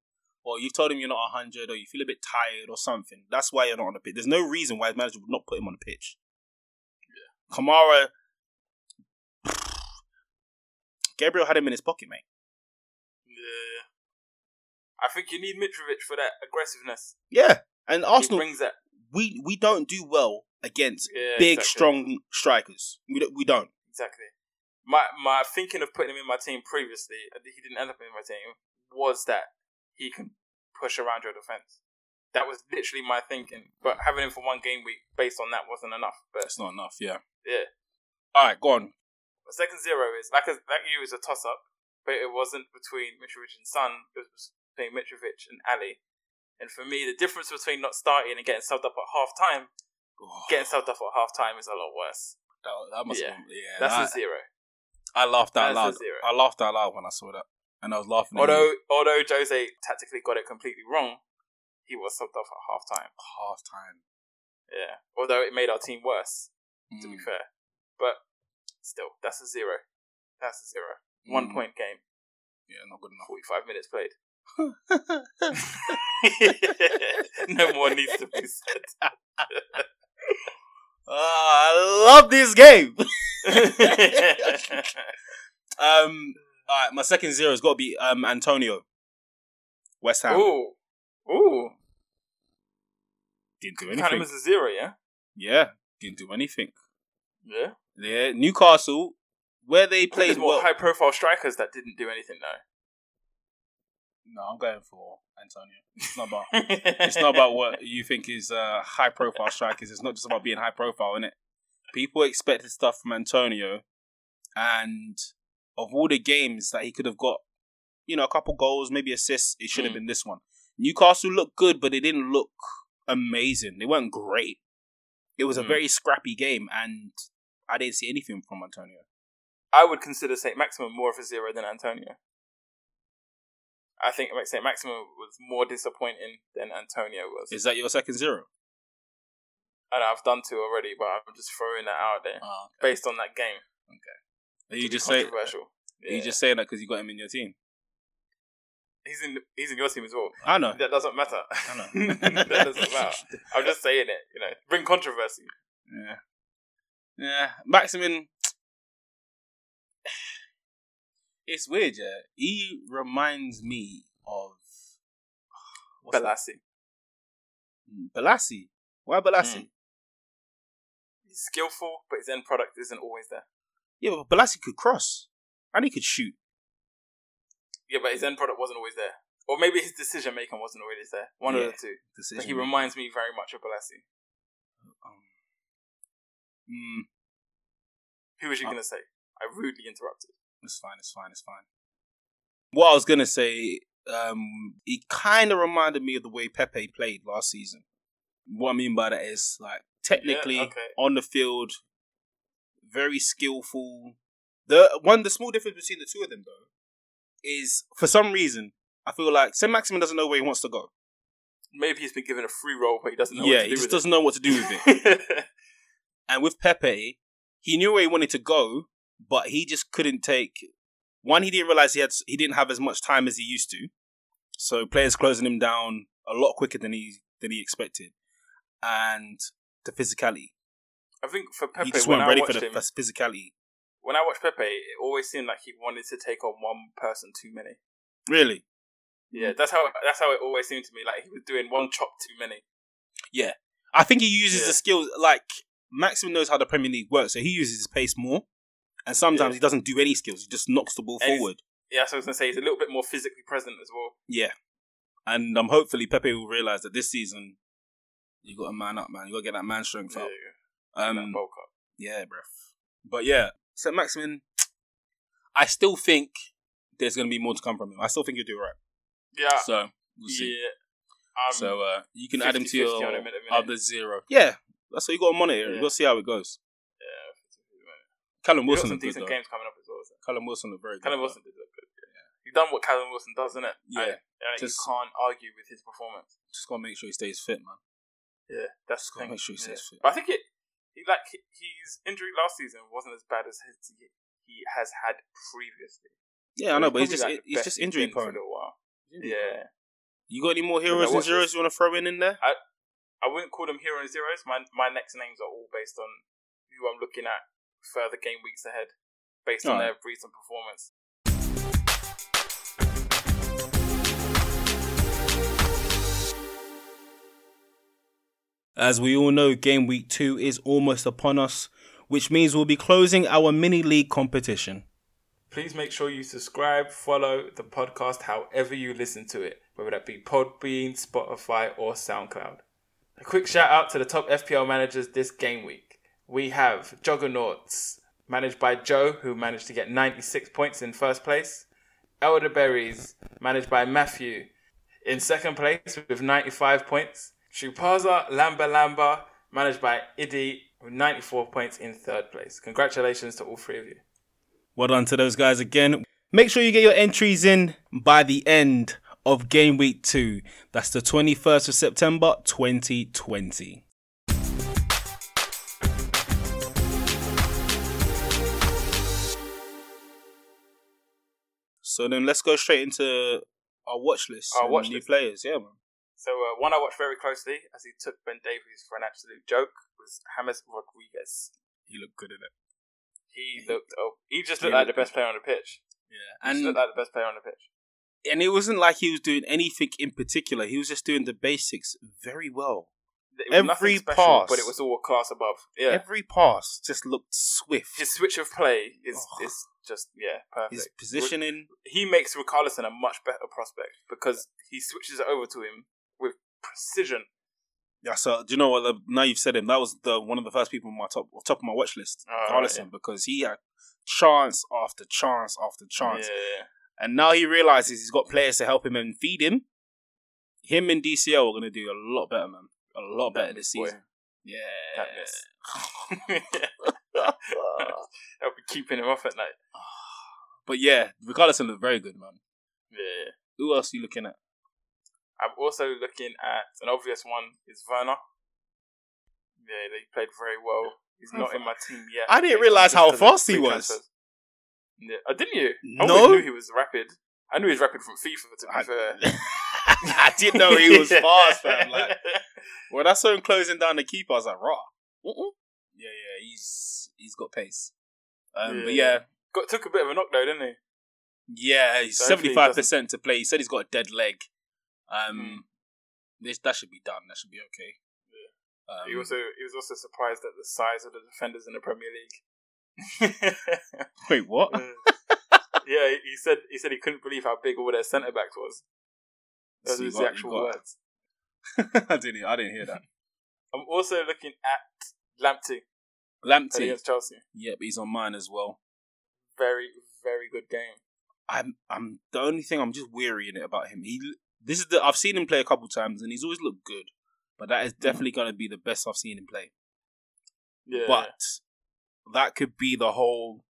Speaker 1: or you told him you're not hundred, or you feel a bit tired or something. That's why you're not on the pitch. There's no reason why his manager would not put him on the pitch. Kamara, Gabriel had him in his pocket, mate.
Speaker 2: Yeah. I think you need Mitrovic for that aggressiveness.
Speaker 1: Yeah, and Arsenal,
Speaker 2: he brings that.
Speaker 1: we we don't do well against
Speaker 2: Yeah,
Speaker 1: big
Speaker 2: exactly.
Speaker 1: strong strikers. We don't, we don't.
Speaker 2: Exactly. My my thinking of putting him in my team previously, uh, he didn't end up in my team, was that he can push around your defense. That was literally my thinking. But having him for one game week based on that wasn't enough. But
Speaker 1: That's not enough. Yeah.
Speaker 2: yeah,
Speaker 1: All right, go on.
Speaker 2: my second zero is like like you is a toss up, but it wasn't between Mitrovic and Son. It was between Mitrovic and Ali. And for me, the difference between not starting and getting subbed up at half time, getting subbed up at half time is a lot worse.
Speaker 1: Oh, that, that must
Speaker 2: Yeah.
Speaker 1: have been- yeah. that-
Speaker 2: That's a zero.
Speaker 1: I laughed out loud.
Speaker 2: That's a zero.
Speaker 1: I laughed out loud when I saw that. and I was laughing. at him
Speaker 2: Although although Jose tactically got it completely wrong, he was subbed off at half time.
Speaker 1: at half time.
Speaker 2: Yeah. Although it made our team worse, to be
Speaker 1: Mm,
Speaker 2: fair. But still, that's a zero. That's a zero. One
Speaker 1: mm,
Speaker 2: point game,
Speaker 1: Yeah, not good enough.
Speaker 2: forty five minutes played. no more needs to be
Speaker 1: Ah, I love this game.
Speaker 2: said.
Speaker 1: Um, all right, my second zero has got to be um Antonio. West Ham
Speaker 2: Ooh. Ooh.
Speaker 1: didn't do
Speaker 2: Count him
Speaker 1: anything.
Speaker 2: as a zero, yeah?
Speaker 1: Yeah, didn't do anything.
Speaker 2: Yeah.
Speaker 1: Yeah, Newcastle, where they
Speaker 2: There's
Speaker 1: played
Speaker 2: more
Speaker 1: well.
Speaker 2: high profile strikers that didn't do anything though.
Speaker 1: No, I'm going for Antonio. It's not about it's not about what you think is uh, high profile strikers. It's not just about being high profile, innit? People expected stuff from Antonio, and of all the games that he could have got, you know, a couple goals, maybe assists, it should have
Speaker 2: Mm.
Speaker 1: been this one. Newcastle looked good, but they didn't look amazing. They weren't great. It was a
Speaker 2: Mm.
Speaker 1: very scrappy game, and I didn't see anything from Antonio.
Speaker 2: I would consider Saint Maximum more of a zero than Antonio. I think Saint Maximum was more disappointing than Antonio was.
Speaker 1: Is that your second zero?
Speaker 2: and I've done two already, but I'm just throwing that out there
Speaker 1: Uh,
Speaker 2: based on that game.
Speaker 1: are you
Speaker 2: To be
Speaker 1: just saying?
Speaker 2: controversial.
Speaker 1: Are you
Speaker 2: Yeah.
Speaker 1: just saying that because you got him in your team?
Speaker 2: he's in he's in your team as well.
Speaker 1: I know.
Speaker 2: That doesn't matter.
Speaker 1: I know.
Speaker 2: that doesn't matter. I'm just saying it. You know, bring controversy.
Speaker 1: Yeah. Yeah. Maximin It's weird, yeah. He reminds me of what's that?
Speaker 2: Balassi.
Speaker 1: Balassi. Why Balassi?
Speaker 2: Hmm. He's skillful, but his end product isn't always there.
Speaker 1: Yeah, but Balassi could cross. And he could shoot.
Speaker 2: Yeah, but his end product wasn't always there. Or maybe his decision making wasn't always there. One
Speaker 1: Yeah.
Speaker 2: of the two. But
Speaker 1: Decision.
Speaker 2: he reminds me very much of Balassi.
Speaker 1: Um, mm,
Speaker 2: Who was you
Speaker 1: Uh,
Speaker 2: going to say? I rudely interrupted.
Speaker 1: it's fine, it's fine, it's fine. What I was gonna say, um, he kinda reminded me of the way Pepe played last season. What I mean by that is like technically
Speaker 2: Yeah, okay.
Speaker 1: on the field, very skillful. The one, the small difference between the two of them though, is for some reason I feel like Saint Maximin doesn't know where he wants to go.
Speaker 2: Maybe he's been given a free role, but he doesn't know
Speaker 1: yeah,
Speaker 2: what to
Speaker 1: he
Speaker 2: do
Speaker 1: just
Speaker 2: with
Speaker 1: doesn't know what to do with it.
Speaker 2: it.
Speaker 1: And with Pepe, he knew where he wanted to go, but he just couldn't take. One, he didn't realize he had he didn't have as much time as he used to, so players closing him down a lot quicker than he than he expected, and the physicality.
Speaker 2: I think for Pepe,
Speaker 1: he just
Speaker 2: when
Speaker 1: weren't
Speaker 2: I
Speaker 1: ready
Speaker 2: watched
Speaker 1: for the
Speaker 2: him,
Speaker 1: phys- physicality.
Speaker 2: when I watched Pepe, it always seemed like he wanted to take on one person too many.
Speaker 1: Really, Mm.
Speaker 2: Yeah, that's how that's how it always seemed to me. Like he was doing one chop too many.
Speaker 1: I think he uses
Speaker 2: Yeah.
Speaker 1: the skills like Maxim knows how the Premier League works, so he uses his pace more. And sometimes
Speaker 2: Yeah.
Speaker 1: he doesn't do any skills; he just knocks the ball
Speaker 2: And he's-
Speaker 1: forward.
Speaker 2: Yeah, so I was gonna say he's a little bit more physically present as well.
Speaker 1: Yeah. And um, hopefully Pepe will realise that this season you got to man up, man. You got to get that man strength up.
Speaker 2: Yeah, that
Speaker 1: Um,
Speaker 2: bulk up.
Speaker 1: yeah, bruv. But yeah, St. Maximin, I still think there's going to be more to come from him. I still think you'll do right.
Speaker 2: Yeah,
Speaker 1: So we'll see.
Speaker 2: yeah. Um,
Speaker 1: so uh, you can add him to
Speaker 2: 50-50 on
Speaker 1: your
Speaker 2: him at the minute.
Speaker 1: other zero. Yeah, that's what you got to monitor.
Speaker 2: Yeah.
Speaker 1: You got to see how it goes.
Speaker 2: yeah,
Speaker 1: Callum
Speaker 2: we
Speaker 1: Wilson
Speaker 2: got some
Speaker 1: looked good,
Speaker 2: decent
Speaker 1: though.
Speaker 2: games coming up as well. So.
Speaker 1: Callum Wilson looked very good.
Speaker 2: Callum Wilson did look good. Yeah. He done what Callum Wilson does, isn't it?
Speaker 1: Yeah.
Speaker 2: you
Speaker 1: Just-
Speaker 2: can't argue with his performance.
Speaker 1: though. Just got to make sure he stays fit, man.
Speaker 2: Yeah, that's
Speaker 1: Just got to
Speaker 2: the thing.
Speaker 1: make sure he
Speaker 2: Yeah.
Speaker 1: stays fit.
Speaker 2: But I think it, he like he- his injury last season wasn't as bad as his, he has had previously.
Speaker 1: Yeah, I know, but he's
Speaker 2: probably
Speaker 1: just,
Speaker 2: like the
Speaker 1: he's
Speaker 2: best
Speaker 1: just
Speaker 2: he's
Speaker 1: injury
Speaker 2: been for a
Speaker 1: prone.
Speaker 2: little while. Yeah,
Speaker 1: You got any more
Speaker 2: Yeah,
Speaker 1: heroes and
Speaker 2: what's
Speaker 1: zeros
Speaker 2: this?
Speaker 1: you want to throw in in there?
Speaker 2: I wouldn't call them hero and zeros. My my next names are all based on who I'm looking at further game weeks ahead, based on
Speaker 1: Alright.
Speaker 2: their recent performance.
Speaker 1: As we all know, game week two is almost upon us, which means we'll be closing our mini league competition.
Speaker 2: Please make sure you subscribe, follow the podcast however you listen to it, whether that be Podbean, Spotify, or SoundCloud. A quick shout out to the top FPL managers this game week. We have Juggernauts, managed by Joe, who managed to get 96 points in first place. Elderberries, managed by Matthew, in second place with 95 points. Chupaza Lamba Lamba, managed by Idi, with 94 points in third place. Congratulations to all three of you.
Speaker 1: Well done to those guys again. Make sure you get your entries in by the end of game week two. That's the 21st of September 2020. So then let's go straight into our watch list.
Speaker 2: Our
Speaker 1: and
Speaker 2: watch
Speaker 1: new
Speaker 2: list.
Speaker 1: players, yeah, man.
Speaker 2: So uh, one I watched very closely as he took Ben Davies for an absolute joke was James Rodriguez.
Speaker 1: He looked good in it.
Speaker 2: He
Speaker 1: Mm-hmm.
Speaker 2: looked oh, he just looked
Speaker 1: Yeah.
Speaker 2: like the best player on the pitch.
Speaker 1: Yeah,
Speaker 2: He just
Speaker 1: and
Speaker 2: looked like the best player on the pitch.
Speaker 1: and it wasn't like he was doing anything in particular. He was just doing the basics very well.
Speaker 2: It was
Speaker 1: Every
Speaker 2: nothing special,
Speaker 1: pass.
Speaker 2: but it was all a class above. Yeah,
Speaker 1: Every pass just looked swift.
Speaker 2: his switch of play is
Speaker 1: Oh.
Speaker 2: is just yeah
Speaker 1: His
Speaker 2: perfect.
Speaker 1: positioning,
Speaker 2: He makes Ricarlison a much better prospect because he switches it over to him with precision.
Speaker 1: Yeah, so do you know what? the- Now you've said him. That was the one of the first people on my top top of my watch list,
Speaker 2: Oh,
Speaker 1: Carlison, because he had chance after chance after
Speaker 2: Yeah,
Speaker 1: chance, and now he realizes he's got players to help him and feed him. Him and DCL are going to do a lot better, man. A lot better this
Speaker 2: boy.
Speaker 1: season. Yeah.
Speaker 2: Can't miss. That'll be keeping him off at night.
Speaker 1: but yeah, Ricarlison looked very good, man.
Speaker 2: Yeah.
Speaker 1: Who else are you looking at?
Speaker 2: I'm also looking at an obvious one is Werner. Yeah, they played very well. He's not in my team yet.
Speaker 1: I didn't realise how
Speaker 2: Just 'cause of
Speaker 1: fast he
Speaker 2: free
Speaker 1: was.
Speaker 2: transfers. Yeah. Oh, didn't you? I
Speaker 1: No.
Speaker 2: always knew he was rapid. I knew he was rapid from FIFA. To be
Speaker 1: I-
Speaker 2: fair,
Speaker 1: I didn't know he was fast, man. Like, when I saw him closing down the keeper, I was like, raw. Mm-mm. Yeah, yeah, he's he's got pace. Um, But
Speaker 2: Yeah.
Speaker 1: yeah,
Speaker 2: Got took a bit of a knock though, didn't he?
Speaker 1: Yeah, he's
Speaker 2: So hopefully
Speaker 1: seventy
Speaker 2: he
Speaker 1: five percent to play. He said he's got a dead leg. Um, this that should be done. That should be okay. Um,
Speaker 2: He also he was also surprised at the size of the defenders in the Premier League.
Speaker 1: wait, what?
Speaker 2: yeah, he- he said he said he couldn't believe how big all their centre backs was. Those
Speaker 1: So
Speaker 2: are
Speaker 1: you
Speaker 2: his
Speaker 1: got- you
Speaker 2: actual
Speaker 1: got-
Speaker 2: words.
Speaker 1: I didn't. hear- I didn't hear that.
Speaker 2: I'm also looking at Lamptey played
Speaker 1: Lamptey.
Speaker 2: against Chelsea.
Speaker 1: Yep, he's on mine as well.
Speaker 2: Very, very good game.
Speaker 1: I'm. I'm the only thing I'm just weary in it about him. He. This is the. I've seen him play a couple times, and he's always looked good. But that is definitely going to be the best I've seen him play.
Speaker 2: Yeah.
Speaker 1: But that could be the whole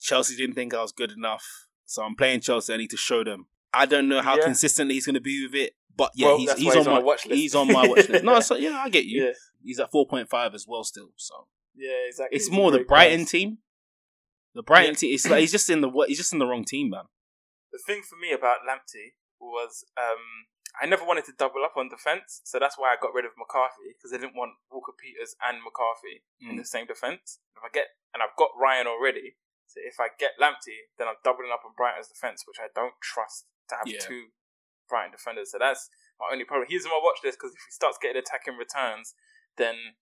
Speaker 1: Chelsea didn't think I was good enough. So I'm playing Chelsea. I need to show them. I don't know how
Speaker 2: Yeah.
Speaker 1: consistently he's going to be with it. But yeah,
Speaker 2: Well,
Speaker 1: he's,
Speaker 2: that's
Speaker 1: he's,
Speaker 2: why
Speaker 1: on
Speaker 2: he's on
Speaker 1: my
Speaker 2: our watch list.
Speaker 1: He's on my watch list. No, so yeah, I get you.
Speaker 2: yeah,
Speaker 1: He's at 4.5 as well still. So
Speaker 2: yeah, exactly.
Speaker 1: it's
Speaker 2: He's a
Speaker 1: more the
Speaker 2: great
Speaker 1: Brighton
Speaker 2: class.
Speaker 1: team. The Brighton
Speaker 2: Yeah.
Speaker 1: team. It's like he's just in the wa- he's just in the wrong team, man.
Speaker 2: The thing for me about Lamptey was um, I never wanted to double up on defense, so that's why I got rid of McCarthy because I didn't want Walker Peters and McCarthy in
Speaker 1: Mm.
Speaker 2: the same defense. If I get and I've got Ryan already, so if I get Lamptey, then I'm doubling up on Brighton's defense, which I don't trust to have
Speaker 1: Yeah.
Speaker 2: two Brighton defenders. So that's my only problem. He's on my watch list because if he starts getting attacking returns, then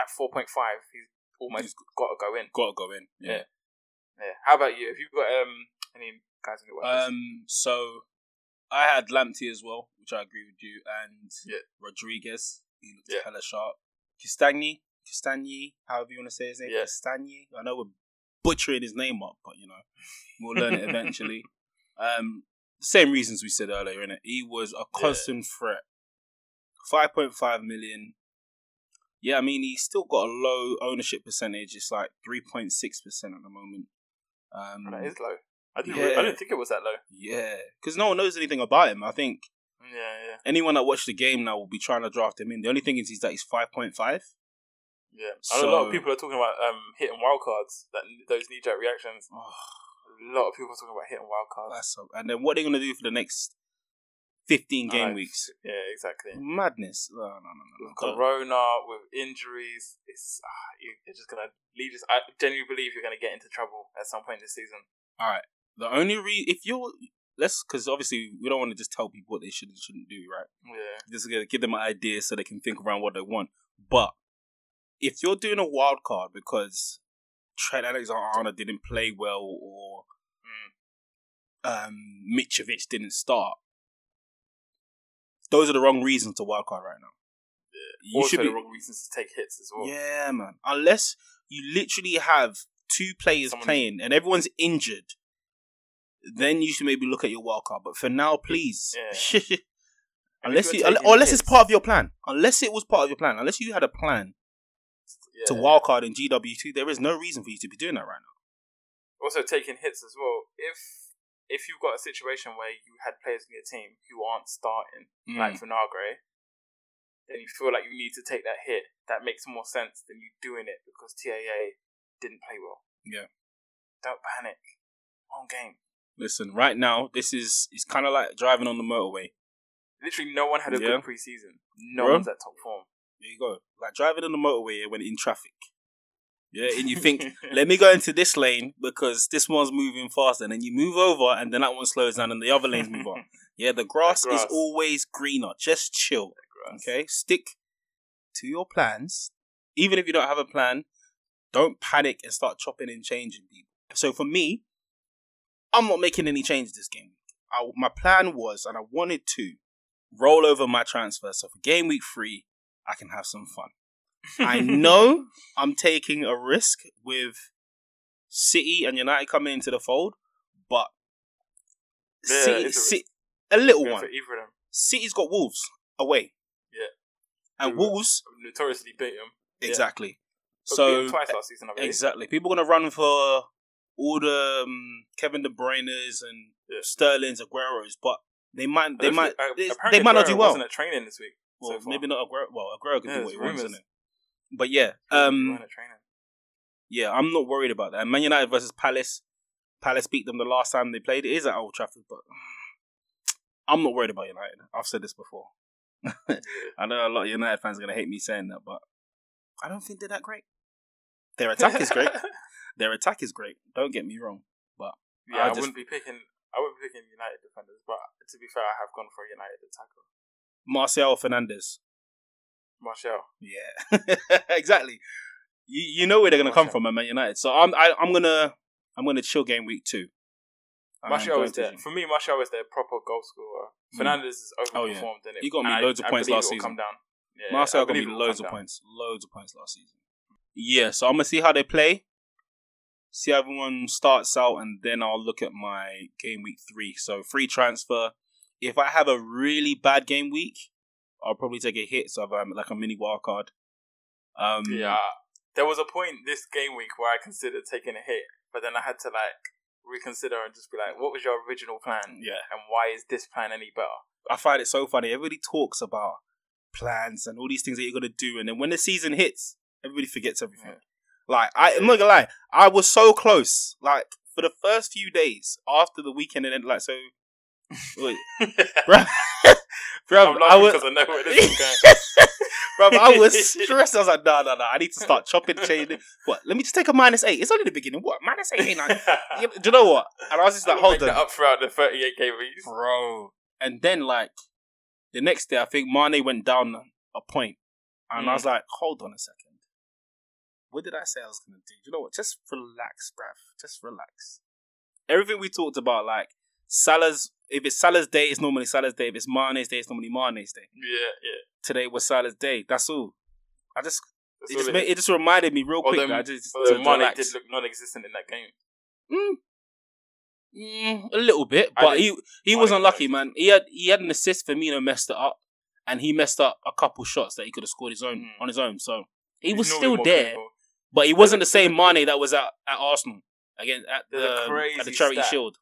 Speaker 2: at four point five, he's almost got to go in.
Speaker 1: Got to go in.
Speaker 2: Yeah. Yeah. How about you? Have you got um any guys on your watch list?
Speaker 1: Um. So I had Lamptey as well, which I agree with you, and
Speaker 2: Yeah.
Speaker 1: Rodriguez. He looked
Speaker 2: Yeah.
Speaker 1: hella sharp. Castagny, Castagny, however you want to say his name,
Speaker 2: Yeah.
Speaker 1: Castagny. I know we're butchering his name up, but you know we'll learn it eventually. Um, same reasons we said earlier, innit? He was a constant threat. Five point five million. Yeah, I mean he's still got a low ownership percentage. It's like three point six percent at the moment. Um,
Speaker 2: That is low. I didn't.
Speaker 1: Yeah.
Speaker 2: I didn't think it was that low.
Speaker 1: yeah, because no one knows anything about him. I think
Speaker 2: Yeah, yeah,
Speaker 1: anyone that watched the game now will be trying to draft him in. The only thing is, is that he's five point five.
Speaker 2: yeah. I know a lot
Speaker 1: So-
Speaker 2: of people are talking about um hitting wild cards. That those knee jerk reactions.
Speaker 1: Oh,
Speaker 2: A lot of people are talking about hitting wild cards.
Speaker 1: that's so- and then what are they going to do for the next fifteen game
Speaker 2: Nice.
Speaker 1: weeks?
Speaker 2: Yeah, exactly.
Speaker 1: Madness. No, no, no,
Speaker 2: With
Speaker 1: no, no.
Speaker 2: corona, with injuries, it's ah, you- you're just gonna lead us. I genuinely believe you're gonna get into trouble at some point this season.
Speaker 1: The only re if you're let's because obviously we don't want to just tell people what they should and shouldn't do, right?
Speaker 2: Yeah,
Speaker 1: Just gonna give them an idea so they can think around what they want. But if you're doing a wild card because Trent Alexander didn't play well or
Speaker 2: Mm.
Speaker 1: um, Mitrovic didn't start, those are the wrong reasons to wild card right now. You
Speaker 2: also
Speaker 1: should be,
Speaker 2: the wrong reasons to take hits as well.
Speaker 1: yeah, man. Unless you literally have two players
Speaker 2: Someone-
Speaker 1: playing and everyone's injured, then you should maybe look at your wild card. But for now, please.
Speaker 2: Yeah. And if
Speaker 1: unless you,
Speaker 2: you're taking
Speaker 1: or unless it's
Speaker 2: hits-
Speaker 1: part of your plan. Unless it was part of your plan. Unless you had a plan
Speaker 2: yeah,
Speaker 1: to wildcard in GW2, there is no reason for you to be doing that right now.
Speaker 2: also taking hits as well. If if you've got a situation where you had players in your team who aren't starting,
Speaker 1: Mm.
Speaker 2: like Vinagre, then you feel like you need to take that hit. That makes more sense than you doing it because TAA didn't play well.
Speaker 1: Yeah.
Speaker 2: Don't panic. On game.
Speaker 1: Listen, right now, this is it's kind of like driving on the motorway.
Speaker 2: Literally, no one had a
Speaker 1: Yeah.
Speaker 2: good preseason. No
Speaker 1: Bro.
Speaker 2: one's at top form.
Speaker 1: There you go. Like driving on the motorway when in traffic. Yeah, and you think, let me go into this lane because this one's moving faster. And then you move over, and then that one slows down, and the other lanes move on. Yeah, the grass,
Speaker 2: grass.
Speaker 1: is always greener. Just chill.
Speaker 2: Grass.
Speaker 1: Okay, stick to your plans. Even if you don't have a plan, don't panic and start chopping and changing people. So for me, I'm not making any change this game. I, my plan was, and I wanted to roll over my transfer. So for game week three, I can have some fun. I know I'm taking a risk with City and United coming into the fold, but
Speaker 2: Yeah,
Speaker 1: City,
Speaker 2: it's a risk.
Speaker 1: City- a little
Speaker 2: Go
Speaker 1: one.
Speaker 2: for either of them.
Speaker 1: City's got Wolves away.
Speaker 2: Yeah.
Speaker 1: And
Speaker 2: Who-
Speaker 1: Wolves,
Speaker 2: Notoriously beat them. Yeah.
Speaker 1: exactly.
Speaker 2: But beat
Speaker 1: So, eh,
Speaker 2: them twice last season, I believe.
Speaker 1: exactly. People going to run for all the um, Kevin De Bruyne's and
Speaker 2: Yeah.
Speaker 1: Sterling's, Aguero's, but they might,
Speaker 2: I
Speaker 1: they
Speaker 2: don't
Speaker 1: might,
Speaker 2: think- uh,
Speaker 1: they,
Speaker 2: apparently
Speaker 1: they might not
Speaker 2: Aguero
Speaker 1: do well.
Speaker 2: Wasn't at training this week. so
Speaker 1: Well,
Speaker 2: far.
Speaker 1: maybe not Aguero. Well, Aguero can
Speaker 2: Yeah,
Speaker 1: do what
Speaker 2: there's
Speaker 1: he wants,
Speaker 2: rumours.
Speaker 1: innit? But yeah,
Speaker 2: He
Speaker 1: um,
Speaker 2: wasn't at training.
Speaker 1: yeah, I'm not worried about that. Man United versus Palace. Palace beat them the last time they played. It is at Old Trafford, but I'm not worried about United. I've said this before. I know a lot of United fans are going to hate me saying that, but I don't think they're that great. Their attack is great. Their attack is great. Don't get me wrong.
Speaker 2: yeah, I,
Speaker 1: I just-
Speaker 2: wouldn't be picking. I wouldn't be picking United defenders, but to be fair, I have gone for a United attacker.
Speaker 1: Marcel Fernandez.
Speaker 2: Martial.
Speaker 1: Yeah, exactly. You, you know where they're going to come
Speaker 2: Martial.
Speaker 1: from, at Man United. So I'm I, I'm gonna I'm gonna chill game week two. I'm
Speaker 2: Martial
Speaker 1: going
Speaker 2: is
Speaker 1: to
Speaker 2: there.
Speaker 1: chill.
Speaker 2: For me, Martial is their proper goal scorer.
Speaker 1: Mm.
Speaker 2: Fernandes is
Speaker 1: Oh, yeah.
Speaker 2: overperformed in it.
Speaker 1: He got me
Speaker 2: and I-
Speaker 1: loads of
Speaker 2: I
Speaker 1: points
Speaker 2: believe
Speaker 1: last
Speaker 2: it will Come
Speaker 1: season.
Speaker 2: down. Yeah, yeah, I
Speaker 1: Marcel got me
Speaker 2: believe it will
Speaker 1: loads
Speaker 2: come
Speaker 1: of
Speaker 2: down.
Speaker 1: points. Loads of points last season. Yeah, so I'm gonna see how they play. See how everyone starts out, and then I'll look at my game week three. So free transfer. If I have a really bad game week, I'll probably take a hit. So I'm like a mini wild card. Um,
Speaker 2: Yeah, there was a point this game week where I considered taking a hit, but then I had to like reconsider and just be like, "What was your original plan,
Speaker 1: yeah.
Speaker 2: and why is this plan any better?"
Speaker 1: I find it so funny. Everybody talks about plans and all these things that you're gonna do, and then when the season hits, everybody forgets everything.
Speaker 2: Yeah.
Speaker 1: Like I, I'm not gonna lie, I was so close. Like for the first few days after the weekend, and then like so, wait, bruv, bruv,
Speaker 2: I'm
Speaker 1: I
Speaker 2: laughing
Speaker 1: was,
Speaker 2: because I know where this is going.
Speaker 1: bruv, I was stressed. I was like, no, no, no, I need to start chopping, changing. What? Let me just take a minus eight. It's only the beginning. What minus eight? Ain't like, yeah, do you know what? And I was just like,
Speaker 2: I'll make
Speaker 1: hold
Speaker 2: that
Speaker 1: on,
Speaker 2: up throughout the 38 KVs.
Speaker 1: bro. And then like the next day, I think Mane went down a point, and
Speaker 2: Mm.
Speaker 1: I was like, hold on a second. What did I say I was gonna do? You know what? Just relax, bruv. Just relax. Everything we talked about, like Salah's. If it's Salah's day, it's normally Salah's day. If it's Mane's day, it's normally Mane's day.
Speaker 2: Yeah, yeah.
Speaker 1: Today was Salah's day. That's all. I just
Speaker 2: That's
Speaker 1: it
Speaker 2: all
Speaker 1: just
Speaker 2: it
Speaker 1: made,
Speaker 2: is.
Speaker 1: it just reminded me real quick.
Speaker 2: Although-
Speaker 1: that I just
Speaker 2: Although
Speaker 1: to
Speaker 2: Mane
Speaker 1: relax.
Speaker 2: did look non-existent in that game.
Speaker 1: Mm. Mm, a little bit,
Speaker 2: I
Speaker 1: but
Speaker 2: did-
Speaker 1: he he
Speaker 2: I
Speaker 1: was
Speaker 2: did
Speaker 1: unlucky,
Speaker 2: notice.
Speaker 1: man. He had he had an assist. Firmino messed it up, and he messed up a couple shots that he could have scored his own
Speaker 2: Mm.
Speaker 1: on his own. So he
Speaker 2: He's
Speaker 1: was
Speaker 2: normally
Speaker 1: still
Speaker 2: more
Speaker 1: there,
Speaker 2: clinical.
Speaker 1: but he wasn't the same Mane that was at, at Arsenal again at
Speaker 2: There's a
Speaker 1: the at the
Speaker 2: crazy
Speaker 1: Charity
Speaker 2: stat.
Speaker 1: Shield.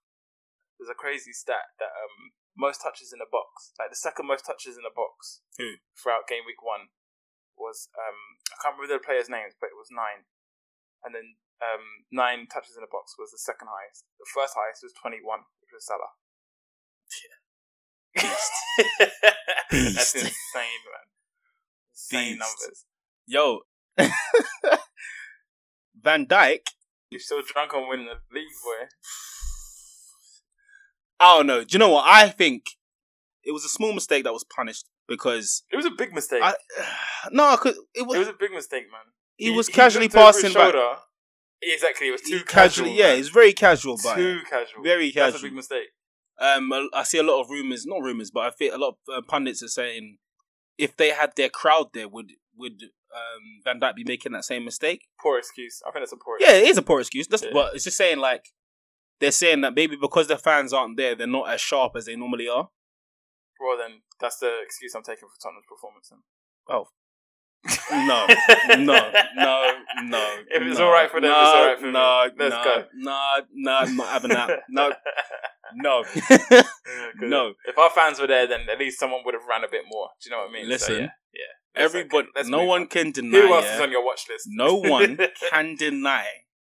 Speaker 2: There's a crazy stat that um, most touches in a box, like the second most touches in a box
Speaker 1: Who?
Speaker 2: throughout game week one, was um, I can't remember the players' names, but it was nine, and then um, nine touches in a box was the second highest. The first highest was 21, which was Salah. That's
Speaker 1: Beast.
Speaker 2: insane, man. Insane
Speaker 1: Beast.
Speaker 2: numbers.
Speaker 1: Yo, Van Dyke.
Speaker 2: You're still drunk on winning the league, boy.
Speaker 1: I don't know. Do you know what I think? It was a small mistake that was punished because
Speaker 2: It was a big mistake.
Speaker 1: I no, 'cause it was,
Speaker 2: it was a big mistake, man.
Speaker 1: he was
Speaker 2: looked
Speaker 1: casually
Speaker 2: over his
Speaker 1: passing back.
Speaker 2: shoulder. Exactly, it was too
Speaker 1: He
Speaker 2: casual.
Speaker 1: casually, yeah,
Speaker 2: man.
Speaker 1: it's very casual, but
Speaker 2: too casual.
Speaker 1: very
Speaker 2: That's a big
Speaker 1: casual.
Speaker 2: mistake.
Speaker 1: Um, I- I see a lot of rumors, not rumors, but I think a lot of uh, pundits are saying if they had their crowd there, would would um, Van Dyke be making that same mistake?
Speaker 2: Poor excuse. I think that's a poor.
Speaker 1: Yeah, it is a poor excuse, that's,
Speaker 2: Yeah.
Speaker 1: but it's just saying like they're saying that maybe because their fans aren't there, they're not as sharp as they normally are.
Speaker 2: Well, then that's the excuse I'm taking for Tottenham's performance. Then.
Speaker 1: Oh. No, no, no, no.
Speaker 2: If it's
Speaker 1: no,
Speaker 2: all right for them,
Speaker 1: no,
Speaker 2: it's all right for
Speaker 1: no,
Speaker 2: me. Let's
Speaker 1: no,
Speaker 2: go.
Speaker 1: No, no, I'm not having that. No, no,
Speaker 2: Yeah, 'cause
Speaker 1: no.
Speaker 2: If our fans were there, then at least someone would have ran a bit more. Do you know what I mean? So,
Speaker 1: Listen,
Speaker 2: yeah, yeah. Let's-
Speaker 1: Everybody,
Speaker 2: let's
Speaker 1: no
Speaker 2: move
Speaker 1: one
Speaker 2: on.
Speaker 1: can deny.
Speaker 2: Who else
Speaker 1: yeah,
Speaker 2: is on your watch list?
Speaker 1: no one can deny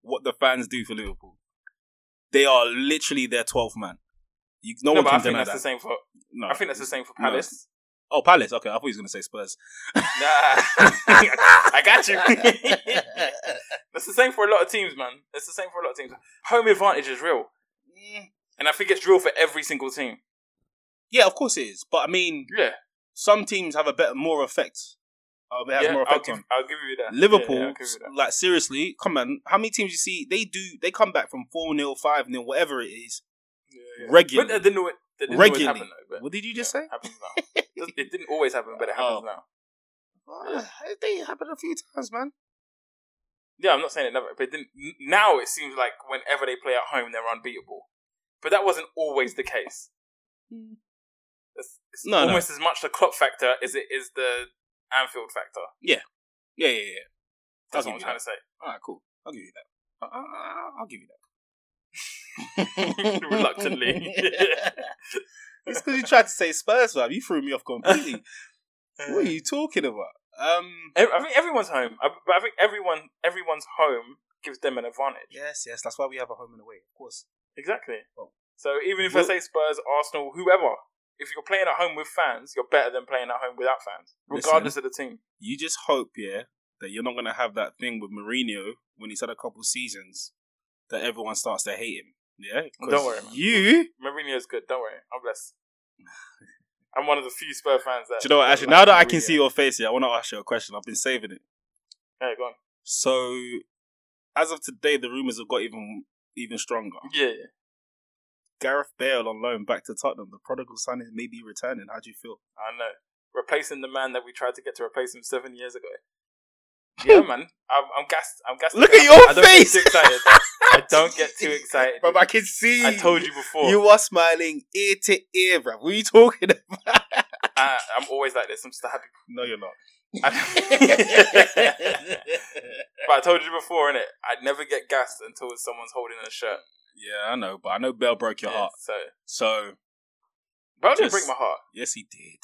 Speaker 1: what the fans do for Liverpool. They are literally their 12th man. You, no,
Speaker 2: No,
Speaker 1: one
Speaker 2: but I
Speaker 1: can
Speaker 2: think
Speaker 1: deny
Speaker 2: that's
Speaker 1: that.
Speaker 2: the same for.
Speaker 1: No.
Speaker 2: I think that's the same for
Speaker 1: No.
Speaker 2: Palace.
Speaker 1: oh, Palace. Okay, I thought he was going to say Spurs.
Speaker 2: Nah, I got you. that's the same for a lot of teams, man. It's the same for a lot of teams. Home advantage is real, and I think it's real for every single team.
Speaker 1: yeah, of course it is. But I mean,
Speaker 2: Yeah,
Speaker 1: some teams have a better, more effect. Uh, it has
Speaker 2: yeah,
Speaker 1: more
Speaker 2: I'll
Speaker 1: effect
Speaker 2: give,
Speaker 1: on.
Speaker 2: I'll give you that. Yeah,
Speaker 1: Liverpool,
Speaker 2: yeah, I'll give you that.
Speaker 1: like seriously, come on. How many teams you see? They do. They come back from four 0 five 0 whatever it is.
Speaker 2: Yeah, yeah.
Speaker 1: regularly.
Speaker 2: But that didn't, always- that didn't
Speaker 1: Regularly.
Speaker 2: always happen, though. But
Speaker 1: What did you just
Speaker 2: yeah,
Speaker 1: say?
Speaker 2: Happens now. It- it didn't always happen, but it happens
Speaker 1: Oh.
Speaker 2: now.
Speaker 1: Uh, they happened a few times, man.
Speaker 2: Yeah, I'm not saying it never, but it didn't, n- now it seems like whenever they play at home, they're unbeatable. But that wasn't always the case.
Speaker 1: Mm.
Speaker 2: It's, it's
Speaker 1: No, no.
Speaker 2: almost as much the clock factor as it is the Anfield factor.
Speaker 1: Yeah, yeah, yeah.
Speaker 2: That's
Speaker 1: I'll
Speaker 2: what I'm
Speaker 1: give
Speaker 2: trying
Speaker 1: you
Speaker 2: to say.
Speaker 1: All right, cool. I'll give you that. I- I- I- I'll give you that.
Speaker 2: Reluctantly.
Speaker 1: it's because you tried to say Spurs, man. You threw me off completely. what are you talking about? Um.
Speaker 2: Ev- I think everyone's home, I- but I think everyone everyone's home gives them an advantage.
Speaker 1: Yes, yes. That's why we have a home and away, of course.
Speaker 2: Exactly.
Speaker 1: Oh.
Speaker 2: So even if I
Speaker 1: Well-
Speaker 2: say Spurs, Arsenal, whoever, if you're playing at home with fans, you're better than playing at home without fans,
Speaker 1: Listen.
Speaker 2: regardless of the team.
Speaker 1: You just hope, yeah, that you're not gonna have that thing with Mourinho when he's had a couple seasons that everyone starts to hate him. Yeah, 'Cause
Speaker 2: Don't worry, man.
Speaker 1: You,
Speaker 2: Mourinho's good. Don't worry, I'm blessed. I'm one of the few Spurs fans that.
Speaker 1: do you know? What,
Speaker 2: that
Speaker 1: actually,
Speaker 2: like
Speaker 1: now that I can
Speaker 2: Mourinho.
Speaker 1: see your face, yeah, I want to ask you a question. I've been saving it.
Speaker 2: Hey, go on.
Speaker 1: So, as of today, the rumors have got even even stronger.
Speaker 2: Yeah, yeah.
Speaker 1: Gareth Bale on loan back to Tottenham. The prodigal son is maybe returning. How do you feel?
Speaker 2: I know. Replacing the man that we tried to get to replace him seven years ago. Yeah, man. I'm, I'm gassed. I'm gassed.
Speaker 1: Look at your
Speaker 2: I don't get
Speaker 1: face!
Speaker 2: too excited. I don't get too excited.
Speaker 1: But I can see.
Speaker 2: I told you before.
Speaker 1: You are smiling ear to ear, bruv. What are you talking about?
Speaker 2: I, I'm always like this. I'm just a happy.
Speaker 1: No, you're not.
Speaker 2: I- but I told you before, innit? I'd never get gassed until someone's holding a shirt.
Speaker 1: yeah, I know, but I know Bell broke your
Speaker 2: Yeah,
Speaker 1: heart.
Speaker 2: So,
Speaker 1: So
Speaker 2: but I didn't
Speaker 1: Just-
Speaker 2: break my heart.
Speaker 1: yes, he did.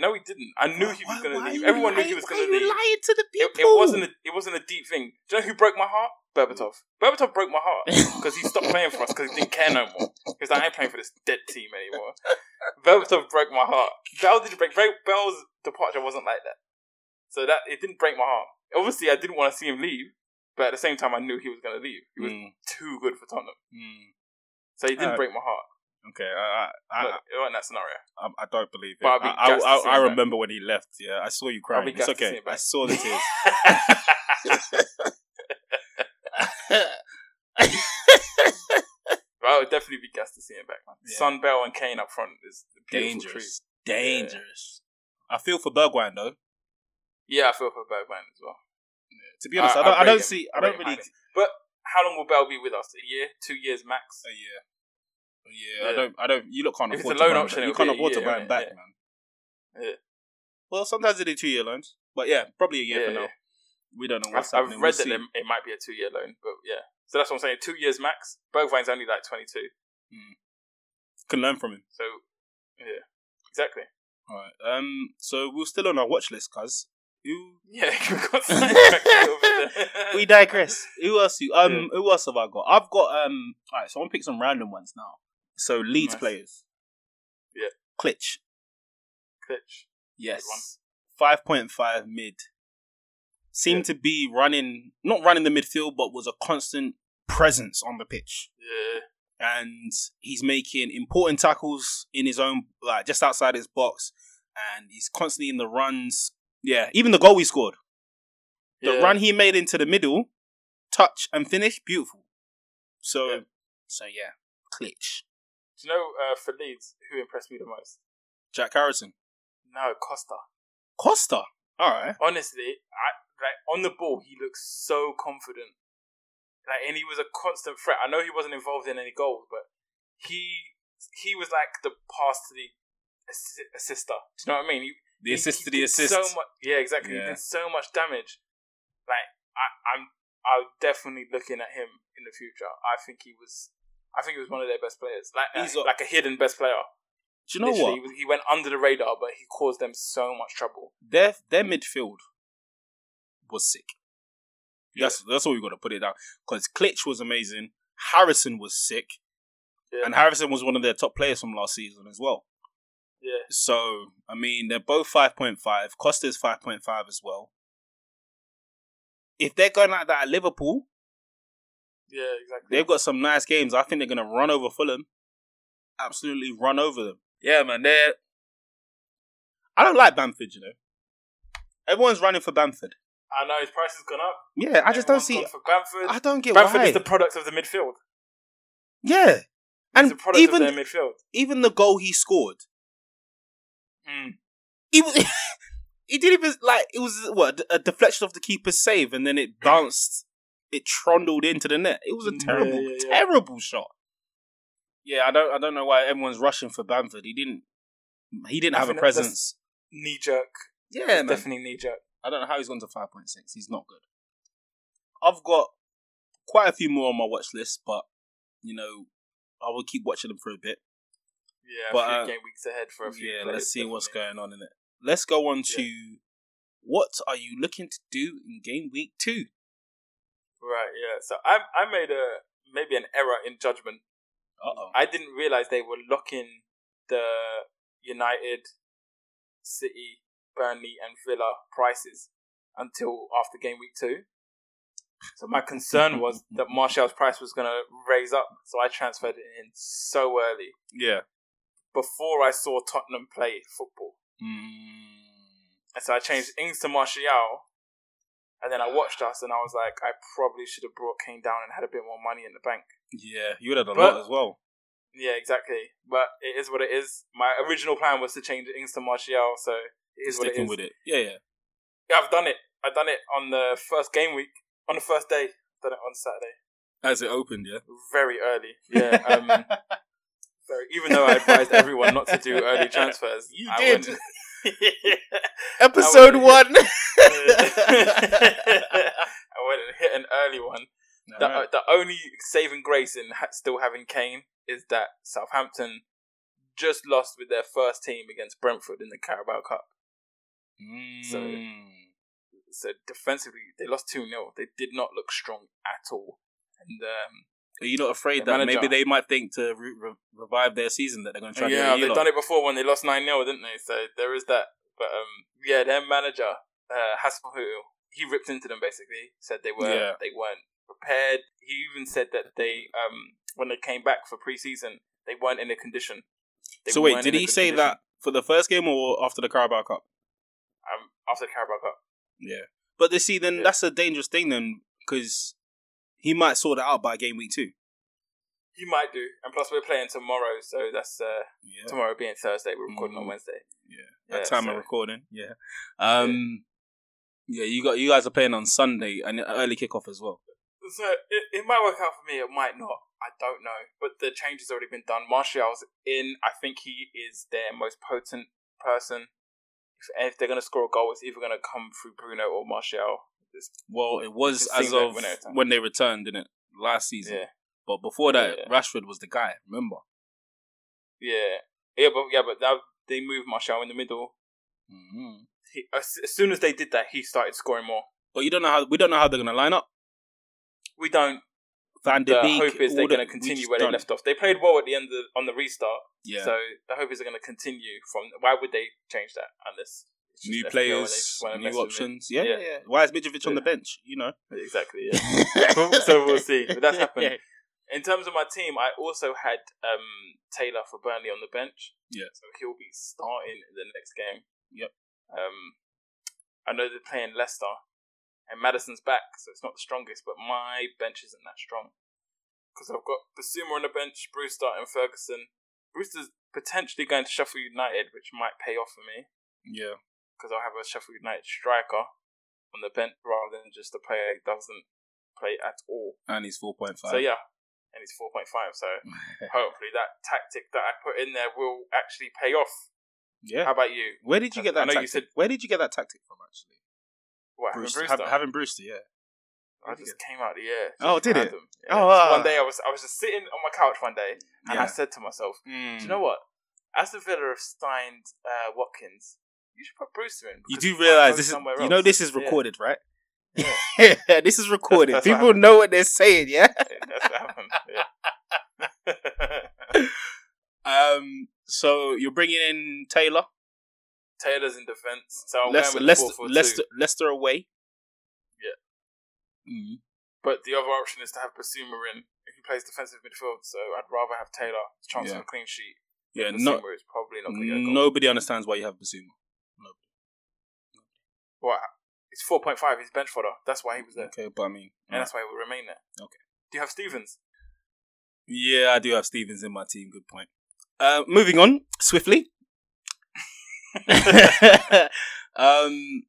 Speaker 2: No, he didn't. I knew he was
Speaker 1: Why-
Speaker 2: going to
Speaker 1: why
Speaker 2: leave.
Speaker 1: you
Speaker 2: Everyone knew
Speaker 1: lying-
Speaker 2: he was
Speaker 1: why
Speaker 2: going to
Speaker 1: you
Speaker 2: leave.
Speaker 1: lying to the
Speaker 2: It, it wasn't. A, it wasn't a deep thing. Do you know who broke my heart? Berbatov. Berbatov broke my heart because he stopped playing for us because he didn't care no more. Because I ain't playing for this dead team anymore. Berbatov broke my heart. Bell didn't break. Bell- Bell's departure wasn't like that. So that it didn't break my heart. Obviously, I didn't want to see him leave, but at the same time, I knew he was going to leave. He was
Speaker 1: Mm,
Speaker 2: too good for Tottenham,
Speaker 1: mm.
Speaker 2: so he didn't
Speaker 1: Uh,
Speaker 2: break my heart.
Speaker 1: Okay, I, I, I,
Speaker 2: But it wasn't that scenario.
Speaker 1: I, I don't believe it.
Speaker 2: But I'll be
Speaker 1: I,
Speaker 2: gassed to
Speaker 1: I,
Speaker 2: see
Speaker 1: I, I
Speaker 2: him back.
Speaker 1: remember when he left. Yeah, I saw you
Speaker 2: I'll
Speaker 1: crying.
Speaker 2: be
Speaker 1: It's
Speaker 2: gassed to see
Speaker 1: okay.
Speaker 2: him back.
Speaker 1: I saw the tears.
Speaker 2: But I would definitely be gassed to see him back. Man.
Speaker 1: Yeah.
Speaker 2: Son, Bell, and Kane up front is a beautiful tree.
Speaker 1: dangerous, dangerous. I feel for Bergwijn though.
Speaker 2: Yeah, I feel for Bergman as well.
Speaker 1: To be honest, I,
Speaker 2: I- I
Speaker 1: don't, I,
Speaker 2: rate
Speaker 1: don't
Speaker 2: him.
Speaker 1: see.
Speaker 2: I
Speaker 1: I
Speaker 2: rate
Speaker 1: don't
Speaker 2: him
Speaker 1: really.
Speaker 2: highly. How long will Bell be with us? A year, two years max.
Speaker 1: A year. A year. uh, I
Speaker 2: Yeah.
Speaker 1: don't. I don't. You look can't
Speaker 2: If it's
Speaker 1: afford
Speaker 2: a
Speaker 1: to
Speaker 2: loan
Speaker 1: buy him
Speaker 2: option,
Speaker 1: back. You
Speaker 2: it'll
Speaker 1: can't
Speaker 2: be a
Speaker 1: afford to
Speaker 2: year,
Speaker 1: buy him
Speaker 2: innit?
Speaker 1: back,
Speaker 2: Yeah.
Speaker 1: man.
Speaker 2: Yeah.
Speaker 1: Well, sometimes they do two year loans, but yeah, probably a year
Speaker 2: Yeah,
Speaker 1: for now.
Speaker 2: yeah.
Speaker 1: We don't know
Speaker 2: I've,
Speaker 1: what's
Speaker 2: I've
Speaker 1: happening.
Speaker 2: read
Speaker 1: We'll
Speaker 2: that
Speaker 1: see.
Speaker 2: it, it might be a two year loan, but yeah. So that's what I'm saying. Two years max. Bergwijn's only like 22.
Speaker 1: can learn from him.
Speaker 2: So, yeah. Exactly.
Speaker 1: All right. Um. So we're still on our watch list, cuz. Who-
Speaker 2: Yeah, we got sidetracked a little bit there.
Speaker 1: We digress. Who else? You, um.
Speaker 2: Yeah.
Speaker 1: Who else have I got? I've got um. All right. So I'm gonna pick some random ones now. So Leeds
Speaker 2: Nice.
Speaker 1: players.
Speaker 2: Yeah.
Speaker 1: Klitsch.
Speaker 2: Klitsch. one.
Speaker 1: Yes. Five point five mid. Seemed to be running, not running the midfield, but was a constant presence on the pitch,
Speaker 2: Yeah.
Speaker 1: and he's making important tackles in his own, like just outside his box, and he's constantly in the runs. Yeah, even the goal we scored, the
Speaker 2: yeah.
Speaker 1: run he made into the middle, touch and finish, beautiful. So,
Speaker 2: Yeah.
Speaker 1: so yeah, Klitsch,
Speaker 2: Do you know uh, for Leeds who impressed me the most?
Speaker 1: Jack Harrison,
Speaker 2: No, Costa.
Speaker 1: Costa. All right,
Speaker 2: Honestly, I like on the ball he looks so confident. Like and he was a constant threat. I know he wasn't involved in any goals, but he he was like the pass to the assi- assister. Do you know what I mean? He,
Speaker 1: The assist to the
Speaker 2: did
Speaker 1: assist.
Speaker 2: So much, yeah, exactly.
Speaker 1: Yeah.
Speaker 2: He did so much damage. Like I, I'm, I'm definitely looking at him in the future. I think he was, I think he was one of their best players. Like
Speaker 1: He's
Speaker 2: uh,
Speaker 1: a-
Speaker 2: like a hidden best player.
Speaker 1: Do you know what?
Speaker 2: Literally, He, was- he went under the radar, but he caused them so much trouble.
Speaker 1: Their their midfield was sick. That's that's all we got to put it down. Because Klitsch was amazing. Harrison was sick,
Speaker 2: Yeah.
Speaker 1: and Harrison was one of their top players from last season as well.
Speaker 2: yeah.
Speaker 1: So I mean, they're both five point five. Costa's five point five as well. If they're going like that at Liverpool,
Speaker 2: Yeah, exactly.
Speaker 1: they've got some nice games. I think they're going to run over Fulham. Absolutely run over them. Yeah, man. They're. I don't like Bamford, you know. Everyone's running for Bamford.
Speaker 2: I know his price has gone up.
Speaker 1: Yeah, I just don't
Speaker 2: Everyone's
Speaker 1: see.
Speaker 2: gone for Bamford.
Speaker 1: I don't get
Speaker 2: Bamford
Speaker 1: why.
Speaker 2: is the product of the midfield.
Speaker 1: yeah,
Speaker 2: He's
Speaker 1: and
Speaker 2: the product
Speaker 1: even
Speaker 2: of their midfield.
Speaker 1: even the goal he scored, Hmm.
Speaker 2: Mm.
Speaker 1: he was, he didn't even like it was what a deflection of the keeper's save, and then it bounced, it trundled into the net. It was a
Speaker 2: Yeah,
Speaker 1: terrible,
Speaker 2: yeah, yeah.
Speaker 1: terrible shot. Yeah, I don't, I don't know why everyone's rushing for Bamford. He didn't, he didn't
Speaker 2: I
Speaker 1: have a
Speaker 2: think that's-
Speaker 1: presence.
Speaker 2: Knee jerk.
Speaker 1: Yeah, man.
Speaker 2: Definitely knee jerk.
Speaker 1: I don't know how he's gone to five point six. He's not good. I've got quite a few more on my watch list, but you know, I will keep watching them for a bit.
Speaker 2: Yeah,
Speaker 1: But,
Speaker 2: a few
Speaker 1: uh,
Speaker 2: game weeks ahead for a few.
Speaker 1: yeah,
Speaker 2: players,
Speaker 1: let's see what's
Speaker 2: definitely.
Speaker 1: going on in it. Let's go on
Speaker 2: Yeah.
Speaker 1: to what are you looking to do in game week two?
Speaker 2: Right, yeah. So I I made a maybe an error in judgment.
Speaker 1: Uh oh.
Speaker 2: I didn't realize they were locking the United, City, Burnley, and Villa prices until after game week two. So my concern was that Martial's price was going to raise up, so I transferred it in so early
Speaker 1: Yeah.
Speaker 2: before I saw Tottenham play football.
Speaker 1: Mm.
Speaker 2: And so I changed Ings to Martial. And then I watched us and I was like, I probably should have brought Kane down and had a bit more money in the bank.
Speaker 1: Yeah, you would have a
Speaker 2: But-
Speaker 1: lot as well.
Speaker 2: Yeah, exactly. But it is what it is. My original plan was to change Ings to Martial, so it is what it
Speaker 1: Sticking
Speaker 2: is.
Speaker 1: with it. Yeah, yeah.
Speaker 2: Yeah, I've done it. I've done it on the first game week, on the first day. done it on Saturday.
Speaker 1: As it opened, yeah.
Speaker 2: Very early. Yeah. Um, very, even though I advised everyone not to do early transfers.
Speaker 1: You
Speaker 2: I
Speaker 1: did.
Speaker 2: went-
Speaker 1: Episode
Speaker 2: That
Speaker 1: one.
Speaker 2: I went and hit an early one. The,
Speaker 1: Alright.
Speaker 2: the only saving grace in ha- still having Kane is that Southampton just lost with their first team against Brentford in the Carabao Cup. so-
Speaker 1: Mm.
Speaker 2: So defensively, they lost 2 0. They did not look strong at all. And um,
Speaker 1: Are you not afraid
Speaker 2: The
Speaker 1: that maybe
Speaker 2: manager.
Speaker 1: they might think to re- re- revive their season that they're going to try
Speaker 2: yeah,
Speaker 1: to do
Speaker 2: they've
Speaker 1: it?
Speaker 2: done it before when they lost 9 0, didn't they? So there is that. But um, yeah, their manager, uh, Hasselhutel, he ripped into them basically, said they, were,
Speaker 1: Yeah.
Speaker 2: they weren't prepared. He even said that they, um, when they came back for preseason, they weren't in a condition. They
Speaker 1: So wait,
Speaker 2: weren't
Speaker 1: did
Speaker 2: in a
Speaker 1: he
Speaker 2: good
Speaker 1: say
Speaker 2: condition.
Speaker 1: that for the first game or after the Carabao Cup?
Speaker 2: um, after the Carabao Cup.
Speaker 1: Yeah. But they see, then
Speaker 2: Yeah.
Speaker 1: that's a dangerous thing, then, because he might sort it out by game week two.
Speaker 2: He might do, and plus we're playing tomorrow, so that's uh,
Speaker 1: Yeah.
Speaker 2: tomorrow being Thursday. We're recording
Speaker 1: Mm.
Speaker 2: on Wednesday.
Speaker 1: At
Speaker 2: yeah,
Speaker 1: time of
Speaker 2: so-
Speaker 1: recording. Yeah. Um. Yeah. you got you guys are playing on Sunday and an early kickoff as well.
Speaker 2: So it, it might work out for me. It might not. I don't know. But the change has already been done. Martial's in. I think he is their most potent person. If, and if they're going to score a goal, it's either going to come through Bruno or Martial. This-
Speaker 1: Well, it was
Speaker 2: It's
Speaker 1: as
Speaker 2: seen that
Speaker 1: of
Speaker 2: when they returned.
Speaker 1: when they returned, didn't it? Last season.
Speaker 2: yeah,
Speaker 1: But before that,
Speaker 2: Yeah.
Speaker 1: Rashford was the guy. Remember?
Speaker 2: yeah, yeah. But yeah, but that, they moved Martial in the middle.
Speaker 1: Mm-hmm.
Speaker 2: He, as, as soon as they did that, he started scoring more.
Speaker 1: But you don't know how we don't know how they're gonna line up.
Speaker 2: We don't.
Speaker 1: Van
Speaker 2: The
Speaker 1: de Beek.
Speaker 2: hope is
Speaker 1: all
Speaker 2: they're
Speaker 1: the- we
Speaker 2: going to continue
Speaker 1: just
Speaker 2: where they
Speaker 1: don't-
Speaker 2: left off. They played well at the end of, on the restart.
Speaker 1: Yeah.
Speaker 2: So the hope is they're going to continue from. Why would they change that unless it's just
Speaker 1: new
Speaker 2: FPL and they
Speaker 1: players,
Speaker 2: just wanna
Speaker 1: new
Speaker 2: mess with it?
Speaker 1: options. Yeah, yeah,
Speaker 2: Yeah.
Speaker 1: yeah. Why is Mitrovic on
Speaker 2: Yeah.
Speaker 1: the bench? You know.
Speaker 2: Exactly. Yeah. so we'll see. But that's happened. In terms of my team, I also had um, Taylor for Burnley on the bench.
Speaker 1: Yeah.
Speaker 2: So he'll be starting in the next game.
Speaker 1: Yep.
Speaker 2: Um, I know they're playing Leicester, and Madison's back, so it's not the strongest. But my bench isn't that strong because I've got Basuma on the bench, Brewster and Ferguson. Brewster's potentially going to Sheffield United, which might pay off for me
Speaker 1: Yeah.
Speaker 2: because I'll have a Sheffield United striker on the bench rather than just a player that doesn't play at all.
Speaker 1: And he's four point five.
Speaker 2: So yeah, and it's four point five. So hopefully that tactic that I put in there will actually pay off. How
Speaker 1: Yeah.
Speaker 2: about you?
Speaker 1: Where did you get
Speaker 2: I
Speaker 1: that?
Speaker 2: know you
Speaker 1: Tactic?
Speaker 2: said-
Speaker 1: Where did you get that tactic from? Actually,
Speaker 2: What, having
Speaker 1: Brewster.
Speaker 2: Brewster?
Speaker 1: Hav- having Brewster. Yeah.
Speaker 2: I just came out of the air.
Speaker 1: Oh,
Speaker 2: Just
Speaker 1: did it?
Speaker 2: random. Yeah.
Speaker 1: Oh, ah.
Speaker 2: One day I was I was just sitting on my couch one day and I
Speaker 1: Yeah.
Speaker 2: said to myself,
Speaker 1: Mm.
Speaker 2: Do you know what? As the Villa have signed uh, Watkins, you should put Brewster in.
Speaker 1: You
Speaker 2: because
Speaker 1: do
Speaker 2: he might
Speaker 1: realize
Speaker 2: go
Speaker 1: this is
Speaker 2: somewhere
Speaker 1: you
Speaker 2: else.
Speaker 1: know this is
Speaker 2: Yeah.
Speaker 1: recorded, right?
Speaker 2: Yeah.
Speaker 1: this is recorded.
Speaker 2: That's- that's what
Speaker 1: People know what they're saying, yeah?
Speaker 2: Yeah, that's what happened. Yeah.
Speaker 1: Um so you're bringing in Taylor.
Speaker 2: Taylor's in defence, so I'm
Speaker 1: Leicester
Speaker 2: going with
Speaker 1: Leicester,
Speaker 2: 4
Speaker 1: Leicester Leicester away. Mm-hmm. Yeah.
Speaker 2: But the other option is to have Basuma in. He plays defensive midfield, so I'd rather have Taylor. His chance
Speaker 1: Yeah.
Speaker 2: of a clean sheet.
Speaker 1: Yeah, no,
Speaker 2: Basuma is probably not going to get a goal.
Speaker 1: nobody understands why you have Basuma.
Speaker 2: What? It's 4.5. He's bench fodder. That's why he was there.
Speaker 1: Okay, but I mean
Speaker 2: And that's why he will remain there.
Speaker 1: Okay.
Speaker 2: Do you have Stevens?
Speaker 1: Yeah, I do have Stevens in my team, good point. Uh moving on swiftly. um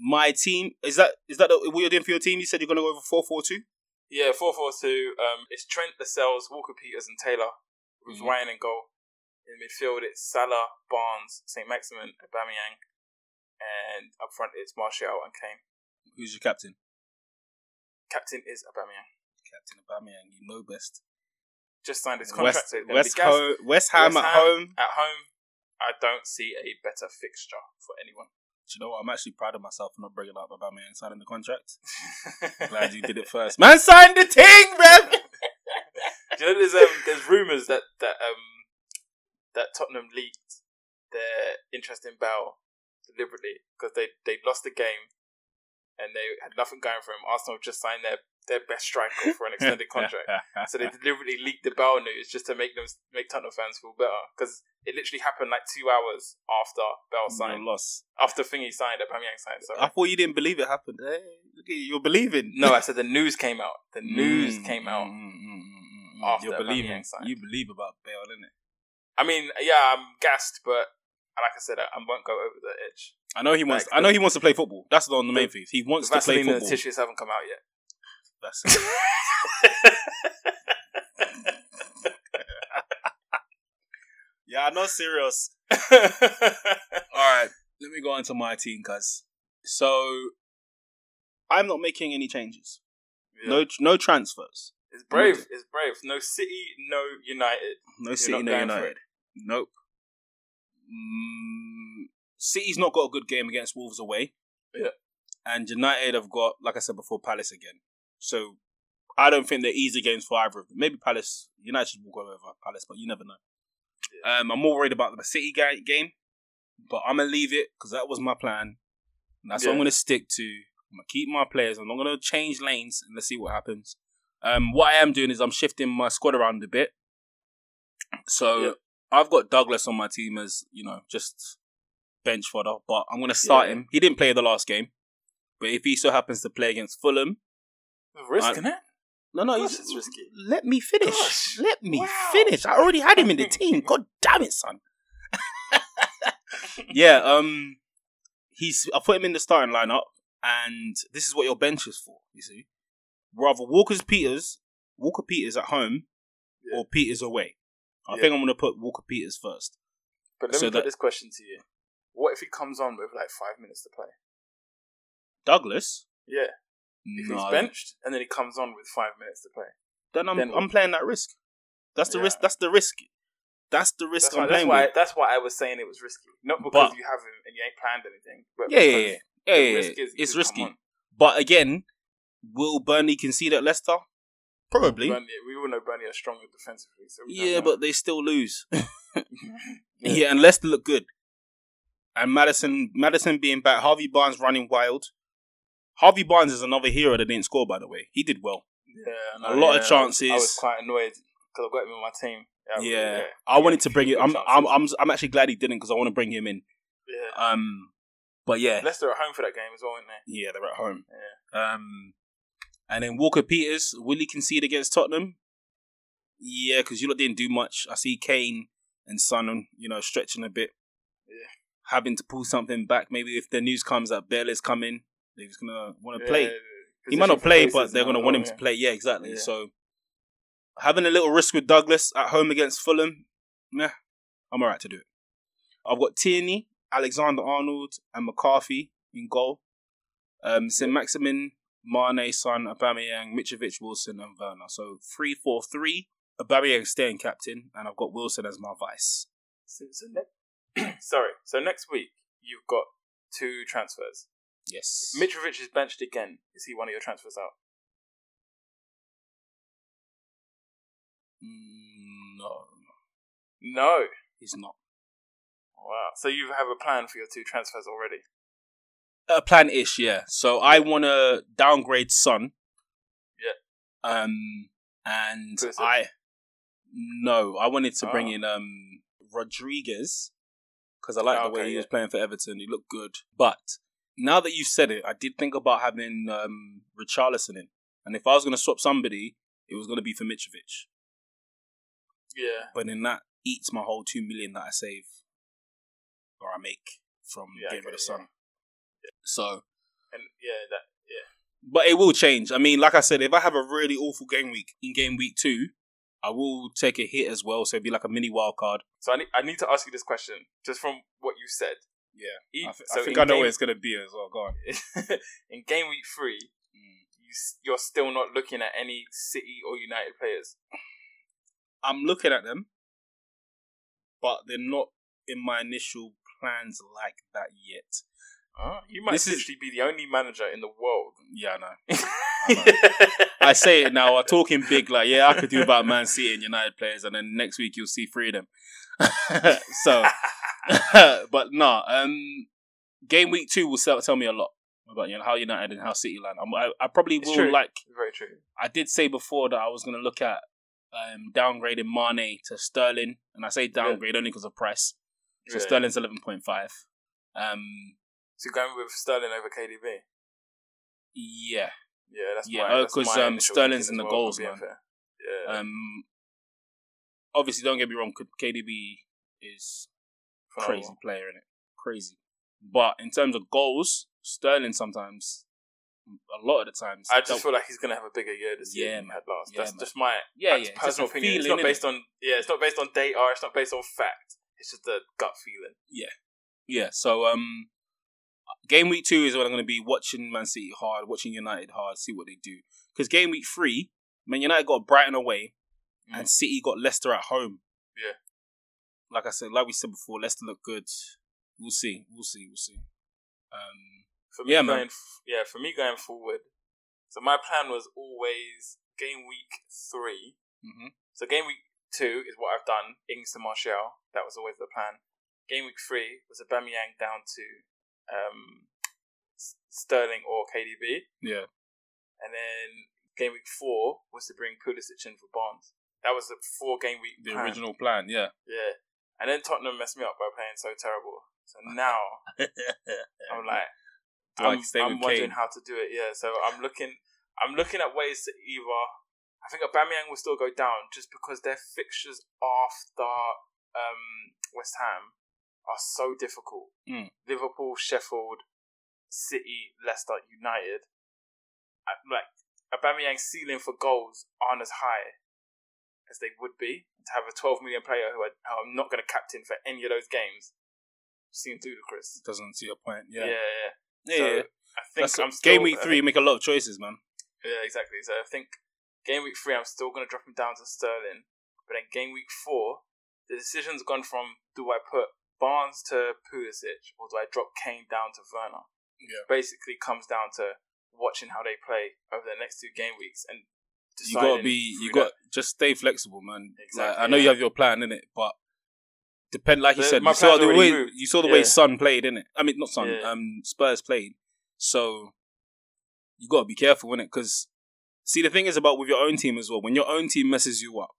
Speaker 1: my team is that is that what you're doing for your team? You said you're gonna go over four four two?
Speaker 2: Yeah, 4 4 2. Um, it's Trent, Lascelles, Walker Peters, and Taylor. With
Speaker 1: Mhm.
Speaker 2: Ryan in goal. In midfield, it's Salah, Barnes, St. Maximin, Aubameyang. And up front, it's Martial and Kane.
Speaker 1: Who's your captain?
Speaker 2: Captain is Aubameyang.
Speaker 1: Captain Aubameyang, you know best.
Speaker 2: Just signed his contract.
Speaker 1: West,
Speaker 2: so it'll be
Speaker 1: West,
Speaker 2: Gaz-
Speaker 1: Ho- West Ham
Speaker 2: West
Speaker 1: at
Speaker 2: Ham.
Speaker 1: home.
Speaker 2: At home, I don't see a better fixture for anyone.
Speaker 1: Do you know what? I'm actually proud of myself for not bringing up Aubameyang signing the contract. Glad you did it first. Man signed the thing, bruv!
Speaker 2: Do you know there's um, there's rumors that that um that Tottenham leaked their interest in Bell deliberately because they they lost the game and they had nothing going for him. Arsenal just signed their their best striker for an extended contract, so they deliberately leaked the Bell news just to make them make Tottenham fans feel better because it literally happened like two hours after Bell signed,
Speaker 1: loss.
Speaker 2: after Thingy signed, Aubameyang signed. Sorry.
Speaker 1: I thought you didn't believe it happened. Hey, look at you. You're believing.
Speaker 2: No, I said the news came out. The news
Speaker 1: Mm,
Speaker 2: came out.
Speaker 1: mm, mm, mm, mm, mm.
Speaker 2: after
Speaker 1: You're believing.
Speaker 2: Aubameyang signed.
Speaker 1: You believe about Bale, innit?
Speaker 2: I mean, yeah, I'm gassed, but like I said, I, I won't go over the edge.
Speaker 1: I know he wants.
Speaker 2: Like,
Speaker 1: I know he wants to play football. That's the, the main thing. He
Speaker 2: The
Speaker 1: wants to play
Speaker 2: Vaseline and the
Speaker 1: football.
Speaker 2: tissues haven't come out yet.
Speaker 1: That's it. yeah, I'm not serious. All right, let me go into my team, guys. So, I'm not making any changes.
Speaker 2: Yeah.
Speaker 1: No, no transfers.
Speaker 2: It's brave. It's brave. No City, no United.
Speaker 1: No City,
Speaker 2: not
Speaker 1: no
Speaker 2: going for
Speaker 1: United.
Speaker 2: it.
Speaker 1: Nope. Mm, City's not got a good game against Wolves away.
Speaker 2: Yeah.
Speaker 1: And United have got, like I said before, Palace again. So, I don't think they're easy games for either of them. Maybe Palace, United should walk over Palace, but you never know. Um, I'm more worried about the City ga- game, but I'm gonna leave it because that was my plan. And that's what I'm
Speaker 2: Yeah.
Speaker 1: gonna stick to. I'm gonna keep my players. I'm not gonna change lanes, and let's see what happens. Um, what I am doing is I'm shifting my squad around a bit. So
Speaker 2: Yeah.
Speaker 1: I've got Douglas on my team as you know just bench fodder, but I'm gonna start
Speaker 2: Yeah.
Speaker 1: him. He didn't play the last game, but if he so happens to play against Fulham,
Speaker 2: Risk,
Speaker 1: I-
Speaker 2: innit?
Speaker 1: no, no,
Speaker 2: Of course
Speaker 1: he's-
Speaker 2: it's risky.
Speaker 1: let me finish.
Speaker 2: Gosh.
Speaker 1: Let me
Speaker 2: Wow.
Speaker 1: finish. I already had him in the team. God damn it, son. yeah, um he's I put him in the starting lineup and this is what your bench is for, you see. Rather Walker's Peters, Walker Peters at home
Speaker 2: Yeah.
Speaker 1: or Peters away. I
Speaker 2: Yeah.
Speaker 1: think I'm gonna put Walker Peters first.
Speaker 2: But let
Speaker 1: So
Speaker 2: me
Speaker 1: that-
Speaker 2: put this question to you: What if he comes on with like five minutes to play?
Speaker 1: Douglas?
Speaker 2: Yeah, if
Speaker 1: No,
Speaker 2: he's benched and then he comes on with five minutes to play,
Speaker 1: then I'm
Speaker 2: then what?
Speaker 1: I'm playing that risk. That's the
Speaker 2: Yeah.
Speaker 1: risk that's the risk. That's the risk
Speaker 2: that's
Speaker 1: I'm
Speaker 2: why, that's
Speaker 1: playing
Speaker 2: why.
Speaker 1: with.
Speaker 2: That's why I was saying it was risky, not because
Speaker 1: But-
Speaker 2: you have him and you ain't planned anything. But
Speaker 1: Yeah, yeah,
Speaker 2: because
Speaker 1: yeah. Yeah,
Speaker 2: the
Speaker 1: yeah,
Speaker 2: risk
Speaker 1: yeah.
Speaker 2: is
Speaker 1: it's
Speaker 2: you come
Speaker 1: risky.
Speaker 2: on.
Speaker 1: But again, will Burnley concede at Leicester? Probably.
Speaker 2: Burnley, we all know Burnley are stronger defensively. So we don't
Speaker 1: Yeah,
Speaker 2: know.
Speaker 1: but they still lose. yeah.
Speaker 2: Yeah.
Speaker 1: and Leicester look good. And Madison, Madison being back, Harvey Barnes running wild. Harvey Barnes is another hero that didn't score, by the way. He did well.
Speaker 2: yeah,
Speaker 1: a lot of
Speaker 2: yeah.
Speaker 1: chances.
Speaker 2: I was quite annoyed because I got him on my team.
Speaker 1: yeah. I wanted to bring it. I'm,
Speaker 2: Good
Speaker 1: I'm, I'm, I'm actually glad he didn't because I want to bring him in.
Speaker 2: Yeah.
Speaker 1: Um, but yeah,
Speaker 2: Leicester at home for that game as well, weren't they?
Speaker 1: yeah, they're at home. Um, and then Walker Peters, will he concede against Tottenham? Yeah, because you lot didn't do much. I see Kane and Son, you know, stretching a bit,
Speaker 2: Yeah.
Speaker 1: having to pull something back. Maybe if the news comes that Bale is coming, they're just gonna want to
Speaker 2: Yeah,
Speaker 1: play.
Speaker 2: yeah,
Speaker 1: he might not
Speaker 2: Position
Speaker 1: play,
Speaker 2: choices
Speaker 1: but they're
Speaker 2: and
Speaker 1: gonna
Speaker 2: all
Speaker 1: want
Speaker 2: that,
Speaker 1: him to play. Yeah, exactly.
Speaker 2: Yeah.
Speaker 1: So having a little risk with Douglas at home against Fulham, nah, I'm alright to do it. I've got Tierney, Alexander Arnold, and McCarthy in goal. Um, St. Maximin, Mane, Son, Aubameyang, Mitrovic, Wilson, and Werner. So three, four, three. Aubameyang staying captain, and I've got Wilson as my vice.
Speaker 2: So, so ne- Sorry. So next week you've got two transfers.
Speaker 1: Yes.
Speaker 2: Mitrovic is benched again. Is he one of your transfers out?
Speaker 1: Mm, no,
Speaker 2: No.
Speaker 1: he's not.
Speaker 2: Wow. So you have a plan for your two transfers already.
Speaker 1: A uh, plan ish, yeah. So I want to downgrade Son. Yeah. Um, and
Speaker 2: Who is it?
Speaker 1: I no, I wanted to bring
Speaker 2: Ah.
Speaker 1: in um Rodriguez because I like the
Speaker 2: Ah, Okay,
Speaker 1: way he
Speaker 2: yeah.
Speaker 1: was playing for Everton. He looked good, but now that you said it, I did think about having um Richarlison in, and if I was going to swap somebody, it was going to be for Mitrovic.
Speaker 2: Yeah.
Speaker 1: But then that eats my whole two million that I save or I make from
Speaker 2: Yeah,
Speaker 1: getting
Speaker 2: okay,
Speaker 1: rid of
Speaker 2: yeah.
Speaker 1: Son. So
Speaker 2: And yeah, that
Speaker 1: But it will change. I mean, like I said, if I have a really awful game week in game week two, I will take a hit as well. So it'd be like a mini wild card.
Speaker 2: So I need, I need to ask you this question just from what you said.
Speaker 1: Yeah.
Speaker 2: E-
Speaker 1: I, th-
Speaker 2: so
Speaker 1: I think
Speaker 2: in
Speaker 1: I know
Speaker 2: game,
Speaker 1: where it's going to be as well. Go on.
Speaker 2: in game week three, you s- you're still not looking at any City or United players.
Speaker 1: I'm looking at them, but they're not in my initial plans like that yet.
Speaker 2: you might
Speaker 1: This is-
Speaker 2: literally be the only manager in the world.
Speaker 1: Yeah, I know. I say it now. I'm talking big, like, yeah, I could do about Man City and United players, and then next week you'll see three of them. so, but nah, um, game week two will sell, tell me a lot about you know, how United and how City land. I'm, I, I probably
Speaker 2: It's
Speaker 1: will
Speaker 2: true.
Speaker 1: like.
Speaker 2: Very true.
Speaker 1: I did say before that I was going to look at um, downgrading Mane to Sterling, and I say downgrade only because of price. So
Speaker 2: Yeah.
Speaker 1: Sterling's eleven point five. Um,
Speaker 2: So you're going with Sterling over KDB.
Speaker 1: yeah.
Speaker 2: Yeah, that's
Speaker 1: Yeah,
Speaker 2: my-
Speaker 1: uh,
Speaker 2: that's
Speaker 1: 'cause,
Speaker 2: my
Speaker 1: um,
Speaker 2: initial
Speaker 1: Sterling's
Speaker 2: thinking
Speaker 1: in the
Speaker 2: as well,
Speaker 1: goals,
Speaker 2: to be
Speaker 1: man.
Speaker 2: fair. Yeah,
Speaker 1: Um, obviously, don't get me wrong. KDB is
Speaker 2: phenomenal.
Speaker 1: crazy player in it, crazy. But in terms of goals, Sterling sometimes, a lot of the times,
Speaker 2: I just
Speaker 1: don't-
Speaker 2: feel like he's gonna have a bigger year this year
Speaker 1: Yeah,
Speaker 2: than he had last.
Speaker 1: Yeah,
Speaker 2: that's
Speaker 1: man.
Speaker 2: just my
Speaker 1: yeah,
Speaker 2: That's
Speaker 1: yeah, it's just a
Speaker 2: personal opinion. it's
Speaker 1: feeling,
Speaker 2: not
Speaker 1: innit?
Speaker 2: based on yeah, it's not based on data. It's not based on fact. It's just a gut feeling.
Speaker 1: Yeah, so um, game week two is when I'm going to be watching Man City hard, watching United hard, see what they do. Because game week three, Man United got Brighton away,
Speaker 2: Mm.
Speaker 1: and City got Leicester at home.
Speaker 2: Yeah.
Speaker 1: like I said, like we said before, Leicester look good. We'll see, we'll see, we'll see. Um,
Speaker 2: For me
Speaker 1: Yeah, man.
Speaker 2: going, f- yeah, for me going forward. So my plan was always game week three.
Speaker 1: mhm.
Speaker 2: So game week two is what I've done. Ings to Martial. That was always the plan. Game week three was a Bamiyang down to um, S- Sterling or KDB,
Speaker 1: yeah,
Speaker 2: and then game week four was to bring Pulisic in for Barnes. That was the four game week.
Speaker 1: the
Speaker 2: plan.
Speaker 1: original plan, yeah.
Speaker 2: Yeah. And then Tottenham messed me up by playing so terrible. So now I'm like,
Speaker 1: Do I
Speaker 2: I'm,
Speaker 1: stay
Speaker 2: I'm
Speaker 1: with
Speaker 2: wondering
Speaker 1: Kane?
Speaker 2: how to do it. Yeah. So I'm looking, I'm looking at ways to either. I think Aubameyang will still go down just because their fixtures after um, West Ham are so difficult.
Speaker 1: Mm.
Speaker 2: Liverpool, Sheffield, City, Leicester, United. I- Like Aubameyang's ceiling for goals aren't as high as they would be. To have a 12 million player who, I, who I'm not going to captain for any of those games seems ludicrous.
Speaker 1: Doesn't see your point, yeah,
Speaker 2: Yeah, yeah. yeah.
Speaker 1: yeah.
Speaker 2: So,
Speaker 1: yeah.
Speaker 2: I think
Speaker 1: That's-
Speaker 2: I'm still, uh,
Speaker 1: game week
Speaker 2: I
Speaker 1: three. you Make a lot of choices, man.
Speaker 2: yeah, exactly. So I think game week three, I'm still going to drop him down to Sterling. But then game week four, the decision's gone from do I put Barnes to Pulisic or do I drop Kane down to Werner?
Speaker 1: Yeah.
Speaker 2: Basically, comes down to watching how they play over the next two game weeks and
Speaker 1: you gotta
Speaker 2: deciding.
Speaker 1: be you
Speaker 2: through
Speaker 1: got just stay flexible man
Speaker 2: Exactly,
Speaker 1: like, i know you
Speaker 2: yeah.
Speaker 1: have your plan in it but depend like you
Speaker 2: The-
Speaker 1: said
Speaker 2: my
Speaker 1: you saw
Speaker 2: plan's
Speaker 1: the
Speaker 2: already
Speaker 1: way
Speaker 2: moved.
Speaker 1: you saw the way
Speaker 2: Yeah.
Speaker 1: Son played in it i mean not Son
Speaker 2: Yeah.
Speaker 1: um spurs played so you gotta be careful in it because see the thing is about with your own team as well when your own team messes you up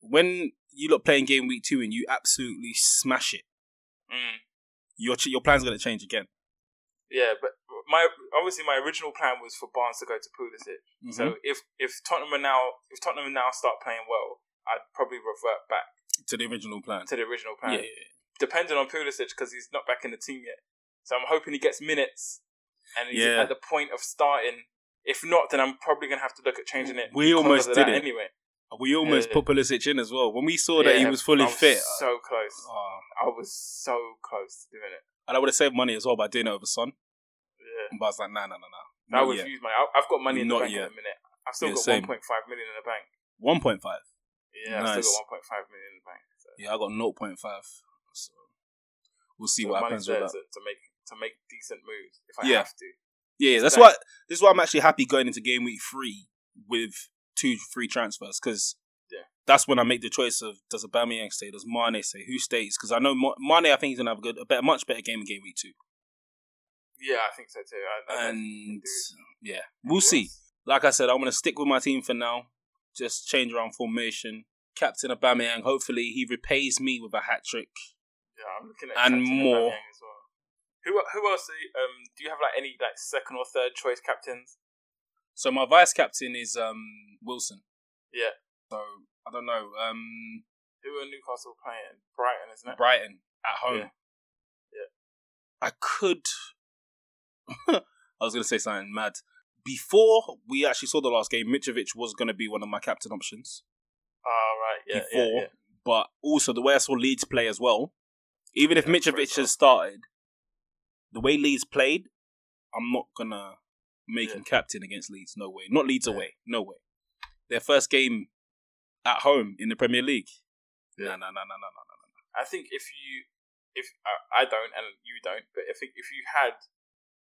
Speaker 1: when you look playing game week 2 and you absolutely smash it
Speaker 2: that. Mm.
Speaker 1: your ch- your plan's gonna change again
Speaker 2: Yeah, but my obviously my original plan was for Barnes to go to Pulisic.
Speaker 1: Mhm.
Speaker 2: So if if Tottenham are now if Tottenham now start playing well, I'd probably revert back
Speaker 1: to the original plan
Speaker 2: to the original
Speaker 1: yeah,
Speaker 2: plan.
Speaker 1: yeah, yeah.
Speaker 2: depending on Pulisic because he's not back in the team yet. So I'm hoping he gets minutes and he's
Speaker 1: Yeah.
Speaker 2: at the point of starting. If not, then I'm probably gonna have to look at changing it.
Speaker 1: We
Speaker 2: because
Speaker 1: almost
Speaker 2: of
Speaker 1: did
Speaker 2: that
Speaker 1: it.
Speaker 2: anyway.
Speaker 1: We almost
Speaker 2: Yeah.
Speaker 1: put Pulisic in as well. When we saw that he
Speaker 2: Yeah,
Speaker 1: was fully
Speaker 2: I was
Speaker 1: fit,
Speaker 2: So close.
Speaker 1: oh,
Speaker 2: I was so close to doing it.
Speaker 1: and I would have saved money as well by doing it over Son.
Speaker 2: Yeah.
Speaker 1: But I was like, nah, nah, nah, nah.
Speaker 2: I
Speaker 1: Not
Speaker 2: would
Speaker 1: yet.
Speaker 2: use money. I- I've got money in the
Speaker 1: Not
Speaker 2: bank
Speaker 1: yet.
Speaker 2: at the minute. I've still
Speaker 1: Yeah,
Speaker 2: got
Speaker 1: same.
Speaker 2: 1.5 million in the bank.
Speaker 1: 1.5.
Speaker 2: Yeah, I've
Speaker 1: Nice.
Speaker 2: still got 1.5 million in the bank. So,
Speaker 1: Yeah, I got 0.5. So we'll see
Speaker 2: so
Speaker 1: what happens
Speaker 2: money's there
Speaker 1: with
Speaker 2: to,
Speaker 1: that.
Speaker 2: to make to make decent moves if I
Speaker 1: Yeah.
Speaker 2: have to.
Speaker 1: Yeah, yeah, that's
Speaker 2: Thanks.
Speaker 1: why this is why I'm actually happy going into game week three with two free transfers because
Speaker 2: Yeah.
Speaker 1: that's when I make the choice of does Aubameyang stay, does Mane stay, who stays? Because I know Ma- Mane, I think he's gonna have a good, a better, much better game in game week two,
Speaker 2: Yeah, I think so too. I, I don't
Speaker 1: and
Speaker 2: think he
Speaker 1: yeah, we'll see. Like I said, I'm gonna stick with my team for now. Just change around formation. Captain Aubameyang, hopefully he repays me with a hat trick.
Speaker 2: Yeah, I'm looking at
Speaker 1: And
Speaker 2: Captain
Speaker 1: more.
Speaker 2: Aubameyang as well. Who who else? Are you, um, do you have like any like second or third choice captains?
Speaker 1: So my vice captain is um Wilson.
Speaker 2: Yeah.
Speaker 1: So I don't know. Um
Speaker 2: Who are Newcastle playing? Brighton, isn't it?
Speaker 1: Brighton at home.
Speaker 2: Yeah.
Speaker 1: I could. I was going to say something mad. Before we actually saw the last game, Mitrovic was going to be one of my captain options.
Speaker 2: Oh, right. Yeah,
Speaker 1: before,
Speaker 2: yeah, yeah.
Speaker 1: but also the way I saw Leeds play as well. Even if
Speaker 2: Yeah,
Speaker 1: Mitrovic
Speaker 2: pretty
Speaker 1: has started, the way Leeds played, I'm not gonna make
Speaker 2: Yeah.
Speaker 1: him captain against Leeds. No way. Not Leeds
Speaker 2: Yeah.
Speaker 1: away. No way. Their first game at home in the Premier League. No, no, no, no, no, no.
Speaker 2: I think if you, if I I don't and you don't, but I think if you had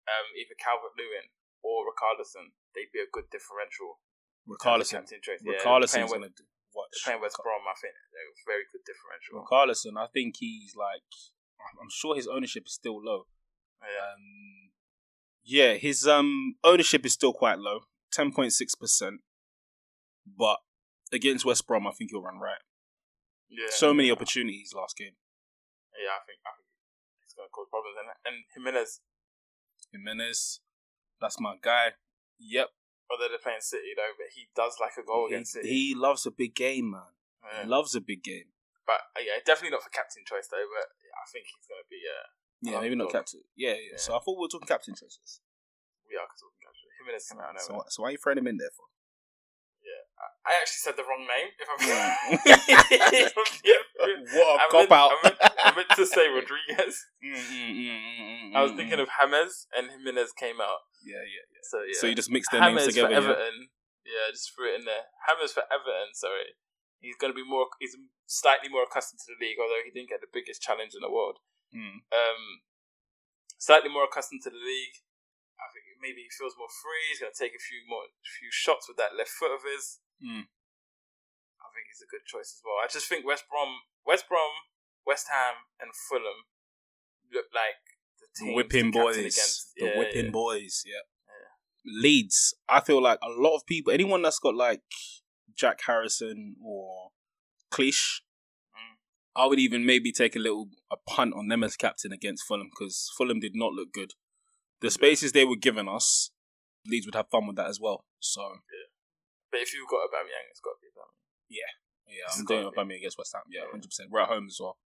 Speaker 2: um, either Calvert Lewin or Ricardison, they'd be a good differential. in terms of
Speaker 1: Ricardison.
Speaker 2: captain choice. Yeah, they're
Speaker 1: Ricardison's
Speaker 2: playing,
Speaker 1: gonna
Speaker 2: West,
Speaker 1: do- watch.
Speaker 2: they're playing West Brom. I think they're a very good differential.
Speaker 1: Ricardison, I think he's like, I'm- I'm sure his ownership is still low.
Speaker 2: Yeah,
Speaker 1: Um, yeah, his um ownership is still quite low, ten point six percent. But against West Brom, I think he'll run right.
Speaker 2: yeah.
Speaker 1: so many
Speaker 2: yeah.
Speaker 1: opportunities last game.
Speaker 2: Yeah, I think I think it's going to cause problems. And and Jimenez,
Speaker 1: Jimenez, that's my guy. Yep,
Speaker 2: although they're playing City though, but he does like Oh, a goal
Speaker 1: he,
Speaker 2: against City.
Speaker 1: he loves a big game, man.
Speaker 2: Yeah.
Speaker 1: He loves a big game.
Speaker 2: But uh, yeah, definitely not for captain choice though. But I think he's going to be. Uh,
Speaker 1: Yeah,
Speaker 2: love
Speaker 1: maybe
Speaker 2: the
Speaker 1: not
Speaker 2: dog.
Speaker 1: captain. Yeah, yeah,
Speaker 2: Yeah.
Speaker 1: So I thought we were talking captain choices.
Speaker 2: we are talking captain. Jimenez come out now.
Speaker 1: So, so why are you throwing him in there for?
Speaker 2: I actually said the wrong name. If I'm
Speaker 1: Yeah. What
Speaker 2: I meant- I meant, I meant to say Rodriguez.
Speaker 1: Mm,
Speaker 2: I was thinking of James, and Jimenez came out.
Speaker 1: yeah, yeah.
Speaker 2: So yeah,
Speaker 1: So you just mix their names
Speaker 2: James
Speaker 1: together.
Speaker 2: for
Speaker 1: yeah?
Speaker 2: Everton. Yeah? just threw it in there. James for Everton. Sorry, he's going to be more. He's slightly more accustomed to the league, although he didn't get the biggest challenge in the world.
Speaker 1: Mm.
Speaker 2: Um, slightly more accustomed to the league. I think maybe he feels more free. He's going to take a few more few shots with that left foot of his.
Speaker 1: Mm.
Speaker 2: I think he's a good choice as well. I just think West Brom, West Brom, West Ham, and Fulham look like the
Speaker 1: The
Speaker 2: teams
Speaker 1: whipping
Speaker 2: to captain
Speaker 1: boys.
Speaker 2: Against.
Speaker 1: The
Speaker 2: Yeah,
Speaker 1: whipping
Speaker 2: yeah.
Speaker 1: boys. Yeah. Leeds. I feel like a lot of people, anyone that's got like Jack Harrison or Cleash,
Speaker 2: Mm.
Speaker 1: I would even maybe take a little a punt on them as captain against Fulham because Fulham did not look good. The spaces they were giving us, Leeds would have fun with that as well. So
Speaker 2: But if you've got Aubameyang, it's got to be Aubameyang.
Speaker 1: yeah,
Speaker 2: This
Speaker 1: I'm
Speaker 2: is
Speaker 1: doing
Speaker 2: gotta
Speaker 1: with Bamia against West Ham. Yeah,
Speaker 2: Yeah.
Speaker 1: hundred percent. We're at home as well.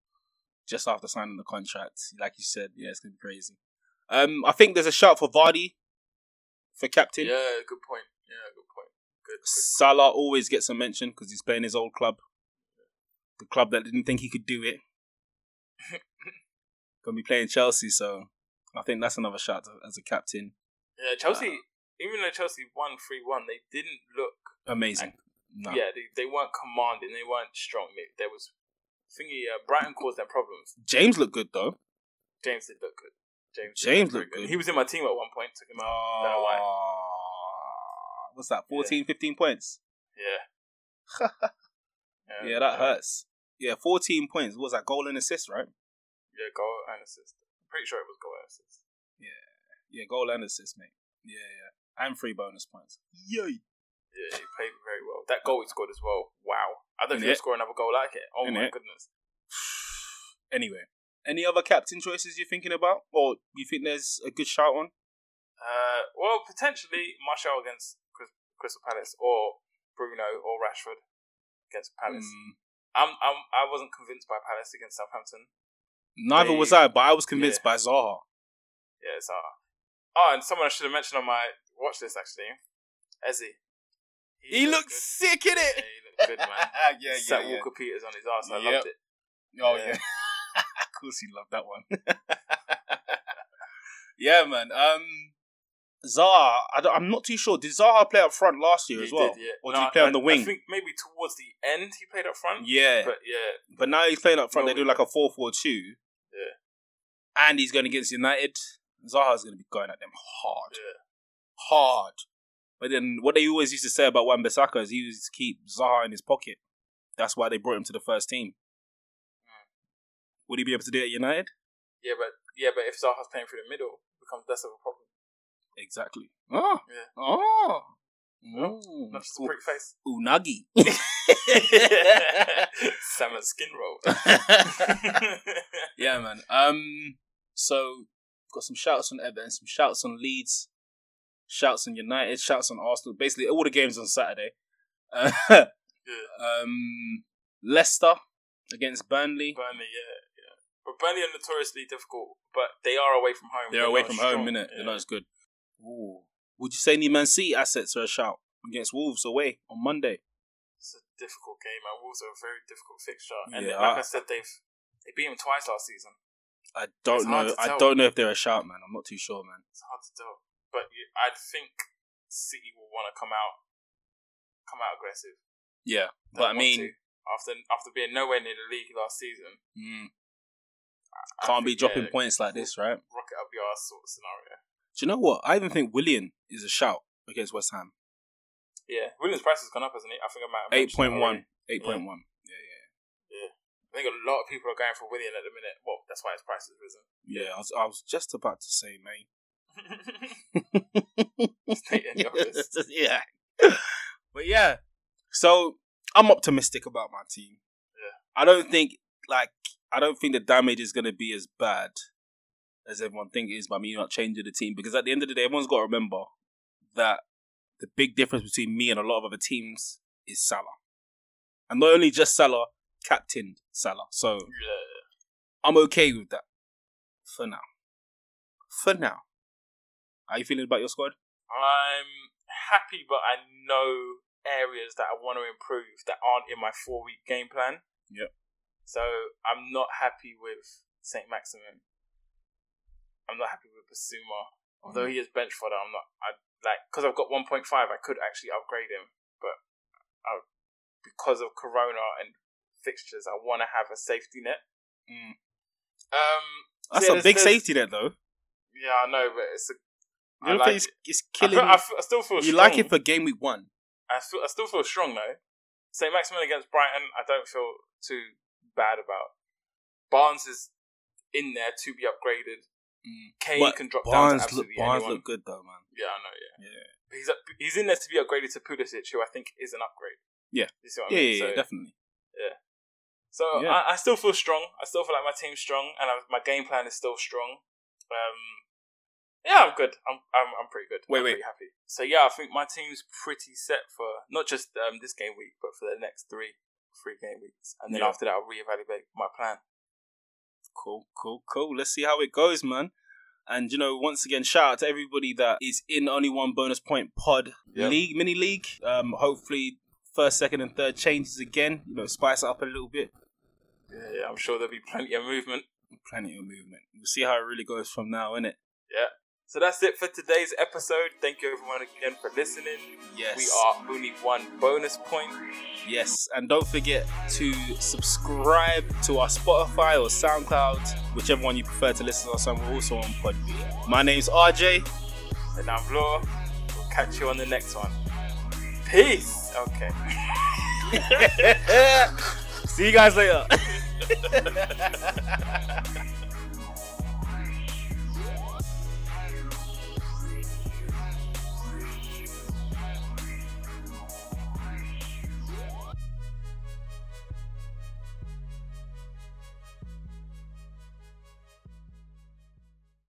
Speaker 1: Just after signing the contract, like you said, yeah, it's gonna be crazy. Um, I think there's a shout for Vardy for captain.
Speaker 2: Yeah, good point. Yeah, good point. Good. good.
Speaker 1: Salah always gets a mention because he's playing his old club, the club that didn't think he could do it. Gonna be playing Chelsea, so I think that's another shout to, as a captain.
Speaker 2: Yeah, Chelsea. even though Chelsea won three one, they didn't look.
Speaker 1: Amazing. No.
Speaker 2: Yeah, they, they weren't commanding. They weren't strong. They, there was thingy. Uh, Brighton caused them problems.
Speaker 1: James looked good though.
Speaker 2: James did look good. James. did
Speaker 1: James
Speaker 2: look
Speaker 1: looked
Speaker 2: very
Speaker 1: good.
Speaker 2: He was in my team at one point. Took him out. Don't know why.
Speaker 1: Ah, What's that? 14, 15 points.
Speaker 2: Yeah.
Speaker 1: Yeah, that hurts. Yeah, fourteen points. What was that goal and assist, right?
Speaker 2: Yeah, goal and assist. I'm pretty sure it was goal and assist.
Speaker 1: Yeah, goal and assist, mate. Yeah, yeah, and three bonus points. Yay!
Speaker 2: Yeah, he played very well. That goal he scored as well. Wow. I don't
Speaker 1: Innit?
Speaker 2: think he'll score another goal like it. Oh my
Speaker 1: Innit?
Speaker 2: goodness.
Speaker 1: Anyway, any other captain choices you're thinking about, or you think there's a good shout on?
Speaker 2: Uh, well, potentially Martial against Chris, Crystal Palace or Bruno or Rashford against Palace.
Speaker 1: Mm,
Speaker 2: I'm, I'm, I wasn't convinced by Palace against Southampton.
Speaker 1: neither
Speaker 2: They-
Speaker 1: was I, but I was convinced
Speaker 2: yeah.
Speaker 1: by Zaha.
Speaker 2: Yeah, it's uh Oh, and someone I should have mentioned on my watch list actually, Ezzy.
Speaker 1: He, looked sick in
Speaker 2: good.
Speaker 1: it.
Speaker 2: Yeah, he looked Good man.
Speaker 3: yeah, yeah,
Speaker 2: Sat
Speaker 3: yeah.
Speaker 2: Walker Peters on his ass. I
Speaker 3: Yep.
Speaker 2: loved it.
Speaker 3: Oh
Speaker 2: Yeah.
Speaker 3: yeah. of course he loved that one. yeah, man. Um
Speaker 1: Zaha, I don't, I'm not too sure. Did Zaha play up front last year
Speaker 2: He
Speaker 1: as well?
Speaker 2: did, yeah.
Speaker 1: Or
Speaker 2: No,
Speaker 1: did he play
Speaker 2: I-
Speaker 1: on the
Speaker 2: I
Speaker 1: wing?
Speaker 2: think maybe towards the end he played up front.
Speaker 1: yeah. But,
Speaker 2: But yeah,
Speaker 1: now he's playing up front.
Speaker 2: No,
Speaker 1: they do
Speaker 2: we-
Speaker 1: like a 4 4 2. Yeah. And he's going against United. Zaha's going to be going at them hard.
Speaker 2: Yeah.
Speaker 1: Hard. But then what they always used to say about Wan Bissaka is he used to keep Zaha in his pocket. That's why they brought him to the first team. Would he be able to do it at United?
Speaker 2: yeah, but yeah, but if Zaha's playing through the middle, it becomes less of a problem.
Speaker 1: Exactly. Oh.
Speaker 2: Yeah.
Speaker 1: Oh.
Speaker 2: Not
Speaker 1: Mm.
Speaker 2: just a pretty face.
Speaker 1: Unagi.
Speaker 2: Salmon skin roll.
Speaker 1: yeah, man. Um, so got some shouts on Everton, some shouts on Leeds, shouts on United, shouts on Arsenal. Basically, all the games on Saturday. Uh, um, Leicester against Burnley.
Speaker 2: Burnley, yeah, yeah. But Burnley are notoriously difficult, but they are away from home.
Speaker 1: They're away from home, innit? They're not as good. Ooh. Would you say any Man City assets are a shout against Wolves away on Monday?
Speaker 2: It's a difficult game. And Wolves are a very difficult fixture, and
Speaker 1: Yeah, I-
Speaker 2: like I, said, they've they beat them twice last season.
Speaker 1: I
Speaker 2: It's
Speaker 1: don't know.
Speaker 2: hard to
Speaker 1: I
Speaker 2: tell.
Speaker 1: don't know if they're a shout, man. I'm not too sure, man.
Speaker 2: It's hard to tell, but you, I think City will want to come out, come out aggressive.
Speaker 1: Yeah,
Speaker 2: They'll
Speaker 1: but I
Speaker 2: want
Speaker 1: mean,
Speaker 2: to. after after being nowhere near the league last season,
Speaker 1: mm,
Speaker 2: I
Speaker 1: can't be
Speaker 2: think,
Speaker 1: dropping
Speaker 2: yeah,
Speaker 1: points like this, right?
Speaker 2: Rocket up your ass sort of scenario.
Speaker 1: Do you know what? I even think Willian is a shout against West Ham.
Speaker 2: Yeah, Williams' price has gone up, hasn't it? I think I might have
Speaker 1: Eight
Speaker 2: mentioned
Speaker 1: point
Speaker 2: that already.
Speaker 1: one. Eight point one.
Speaker 2: I think a lot of people are going for William at the minute. Well, that's why his price has risen.
Speaker 1: Yeah, I was, I was just about to say, mate.
Speaker 2: State in the office.
Speaker 1: yeah. But yeah. So I'm optimistic about my team. Yeah. I don't think like I don't think the damage is gonna be as bad as everyone think it is by me not changing the team because at the end of the day everyone's gotta remember that the big difference between me and a lot of other teams is Salah. And not only just Salah, captained Salah. So
Speaker 2: Yeah.
Speaker 1: I'm okay with that. For now. For now. How you feeling about your squad?
Speaker 2: I'm happy, but I know areas that I want to improve that aren't in my four week game plan.
Speaker 1: Yep.
Speaker 2: So I'm not happy with St. Maximin. I'm not happy with Basuma. Although
Speaker 1: Mm.
Speaker 2: he is bench fodder, I'm not. I like because I've got 1.5. I could actually upgrade him, but I, because of Corona and fixtures, I want to have a safety net.
Speaker 1: Mm.
Speaker 2: Um,
Speaker 1: That's a
Speaker 2: Yeah, there's-
Speaker 1: big
Speaker 2: there's-
Speaker 1: safety net, though.
Speaker 2: yeah, I know, but it's a.
Speaker 1: You
Speaker 2: I
Speaker 1: don't
Speaker 2: like
Speaker 1: think it's,
Speaker 2: it.
Speaker 1: it's
Speaker 2: I
Speaker 1: killing.
Speaker 2: feel- I, feel, I still feel
Speaker 1: you
Speaker 2: strong.
Speaker 1: like it for game week one.
Speaker 2: I feel, I still feel strong though. St. Maximin against Brighton, I don't feel too bad about. Barnes is in there to be upgraded. Kane
Speaker 1: Mm. But
Speaker 2: can drop down to
Speaker 1: Barnes look
Speaker 2: absolutely
Speaker 1: Barnes
Speaker 2: anyone.
Speaker 1: look good though, man.
Speaker 2: yeah, I know. Yeah,
Speaker 1: Yeah.
Speaker 2: But He's up, he's in there to be upgraded to Pulisic, who I think is an upgrade.
Speaker 1: Yeah.
Speaker 2: you see what I
Speaker 1: Yeah,
Speaker 2: mean?
Speaker 1: yeah,
Speaker 2: so
Speaker 1: yeah, definitely.
Speaker 2: so
Speaker 1: Yeah.
Speaker 2: I, I still feel strong. I still feel like my team's strong, and I, my game plan is still strong. Um, yeah, I'm good. I'm I'm, I'm pretty good.
Speaker 1: Wait,
Speaker 2: I'm
Speaker 1: wait.
Speaker 2: pretty happy. So yeah, I think my team's pretty set for not just um, this game week, but for the next three three game weeks, and then
Speaker 1: Yeah.
Speaker 2: after that, I'll reevaluate my plan.
Speaker 1: Cool, cool, cool. Let's see how it goes, man. And you know, once again, shout out to everybody that is in only one bonus point pod
Speaker 2: Yeah.
Speaker 1: league, mini league. Um, hopefully, first, second, and third changes again. You know, spice it up a little bit.
Speaker 2: Yeah, yeah, I'm sure there'll be plenty of movement.
Speaker 1: Plenty of movement. We'll see how it really goes from now, innit?
Speaker 2: So that's it for today's episode. Thank you everyone again for listening.
Speaker 1: Yes,
Speaker 2: We are only one bonus point.
Speaker 1: Yes, and don't forget to subscribe to our Spotify or SoundCloud, whichever one you prefer to listen to us on. We're also on Podbean. My name's RJ.
Speaker 2: And I'm Law. We'll catch you on the next one. Peace. Okay.
Speaker 1: See you guys later.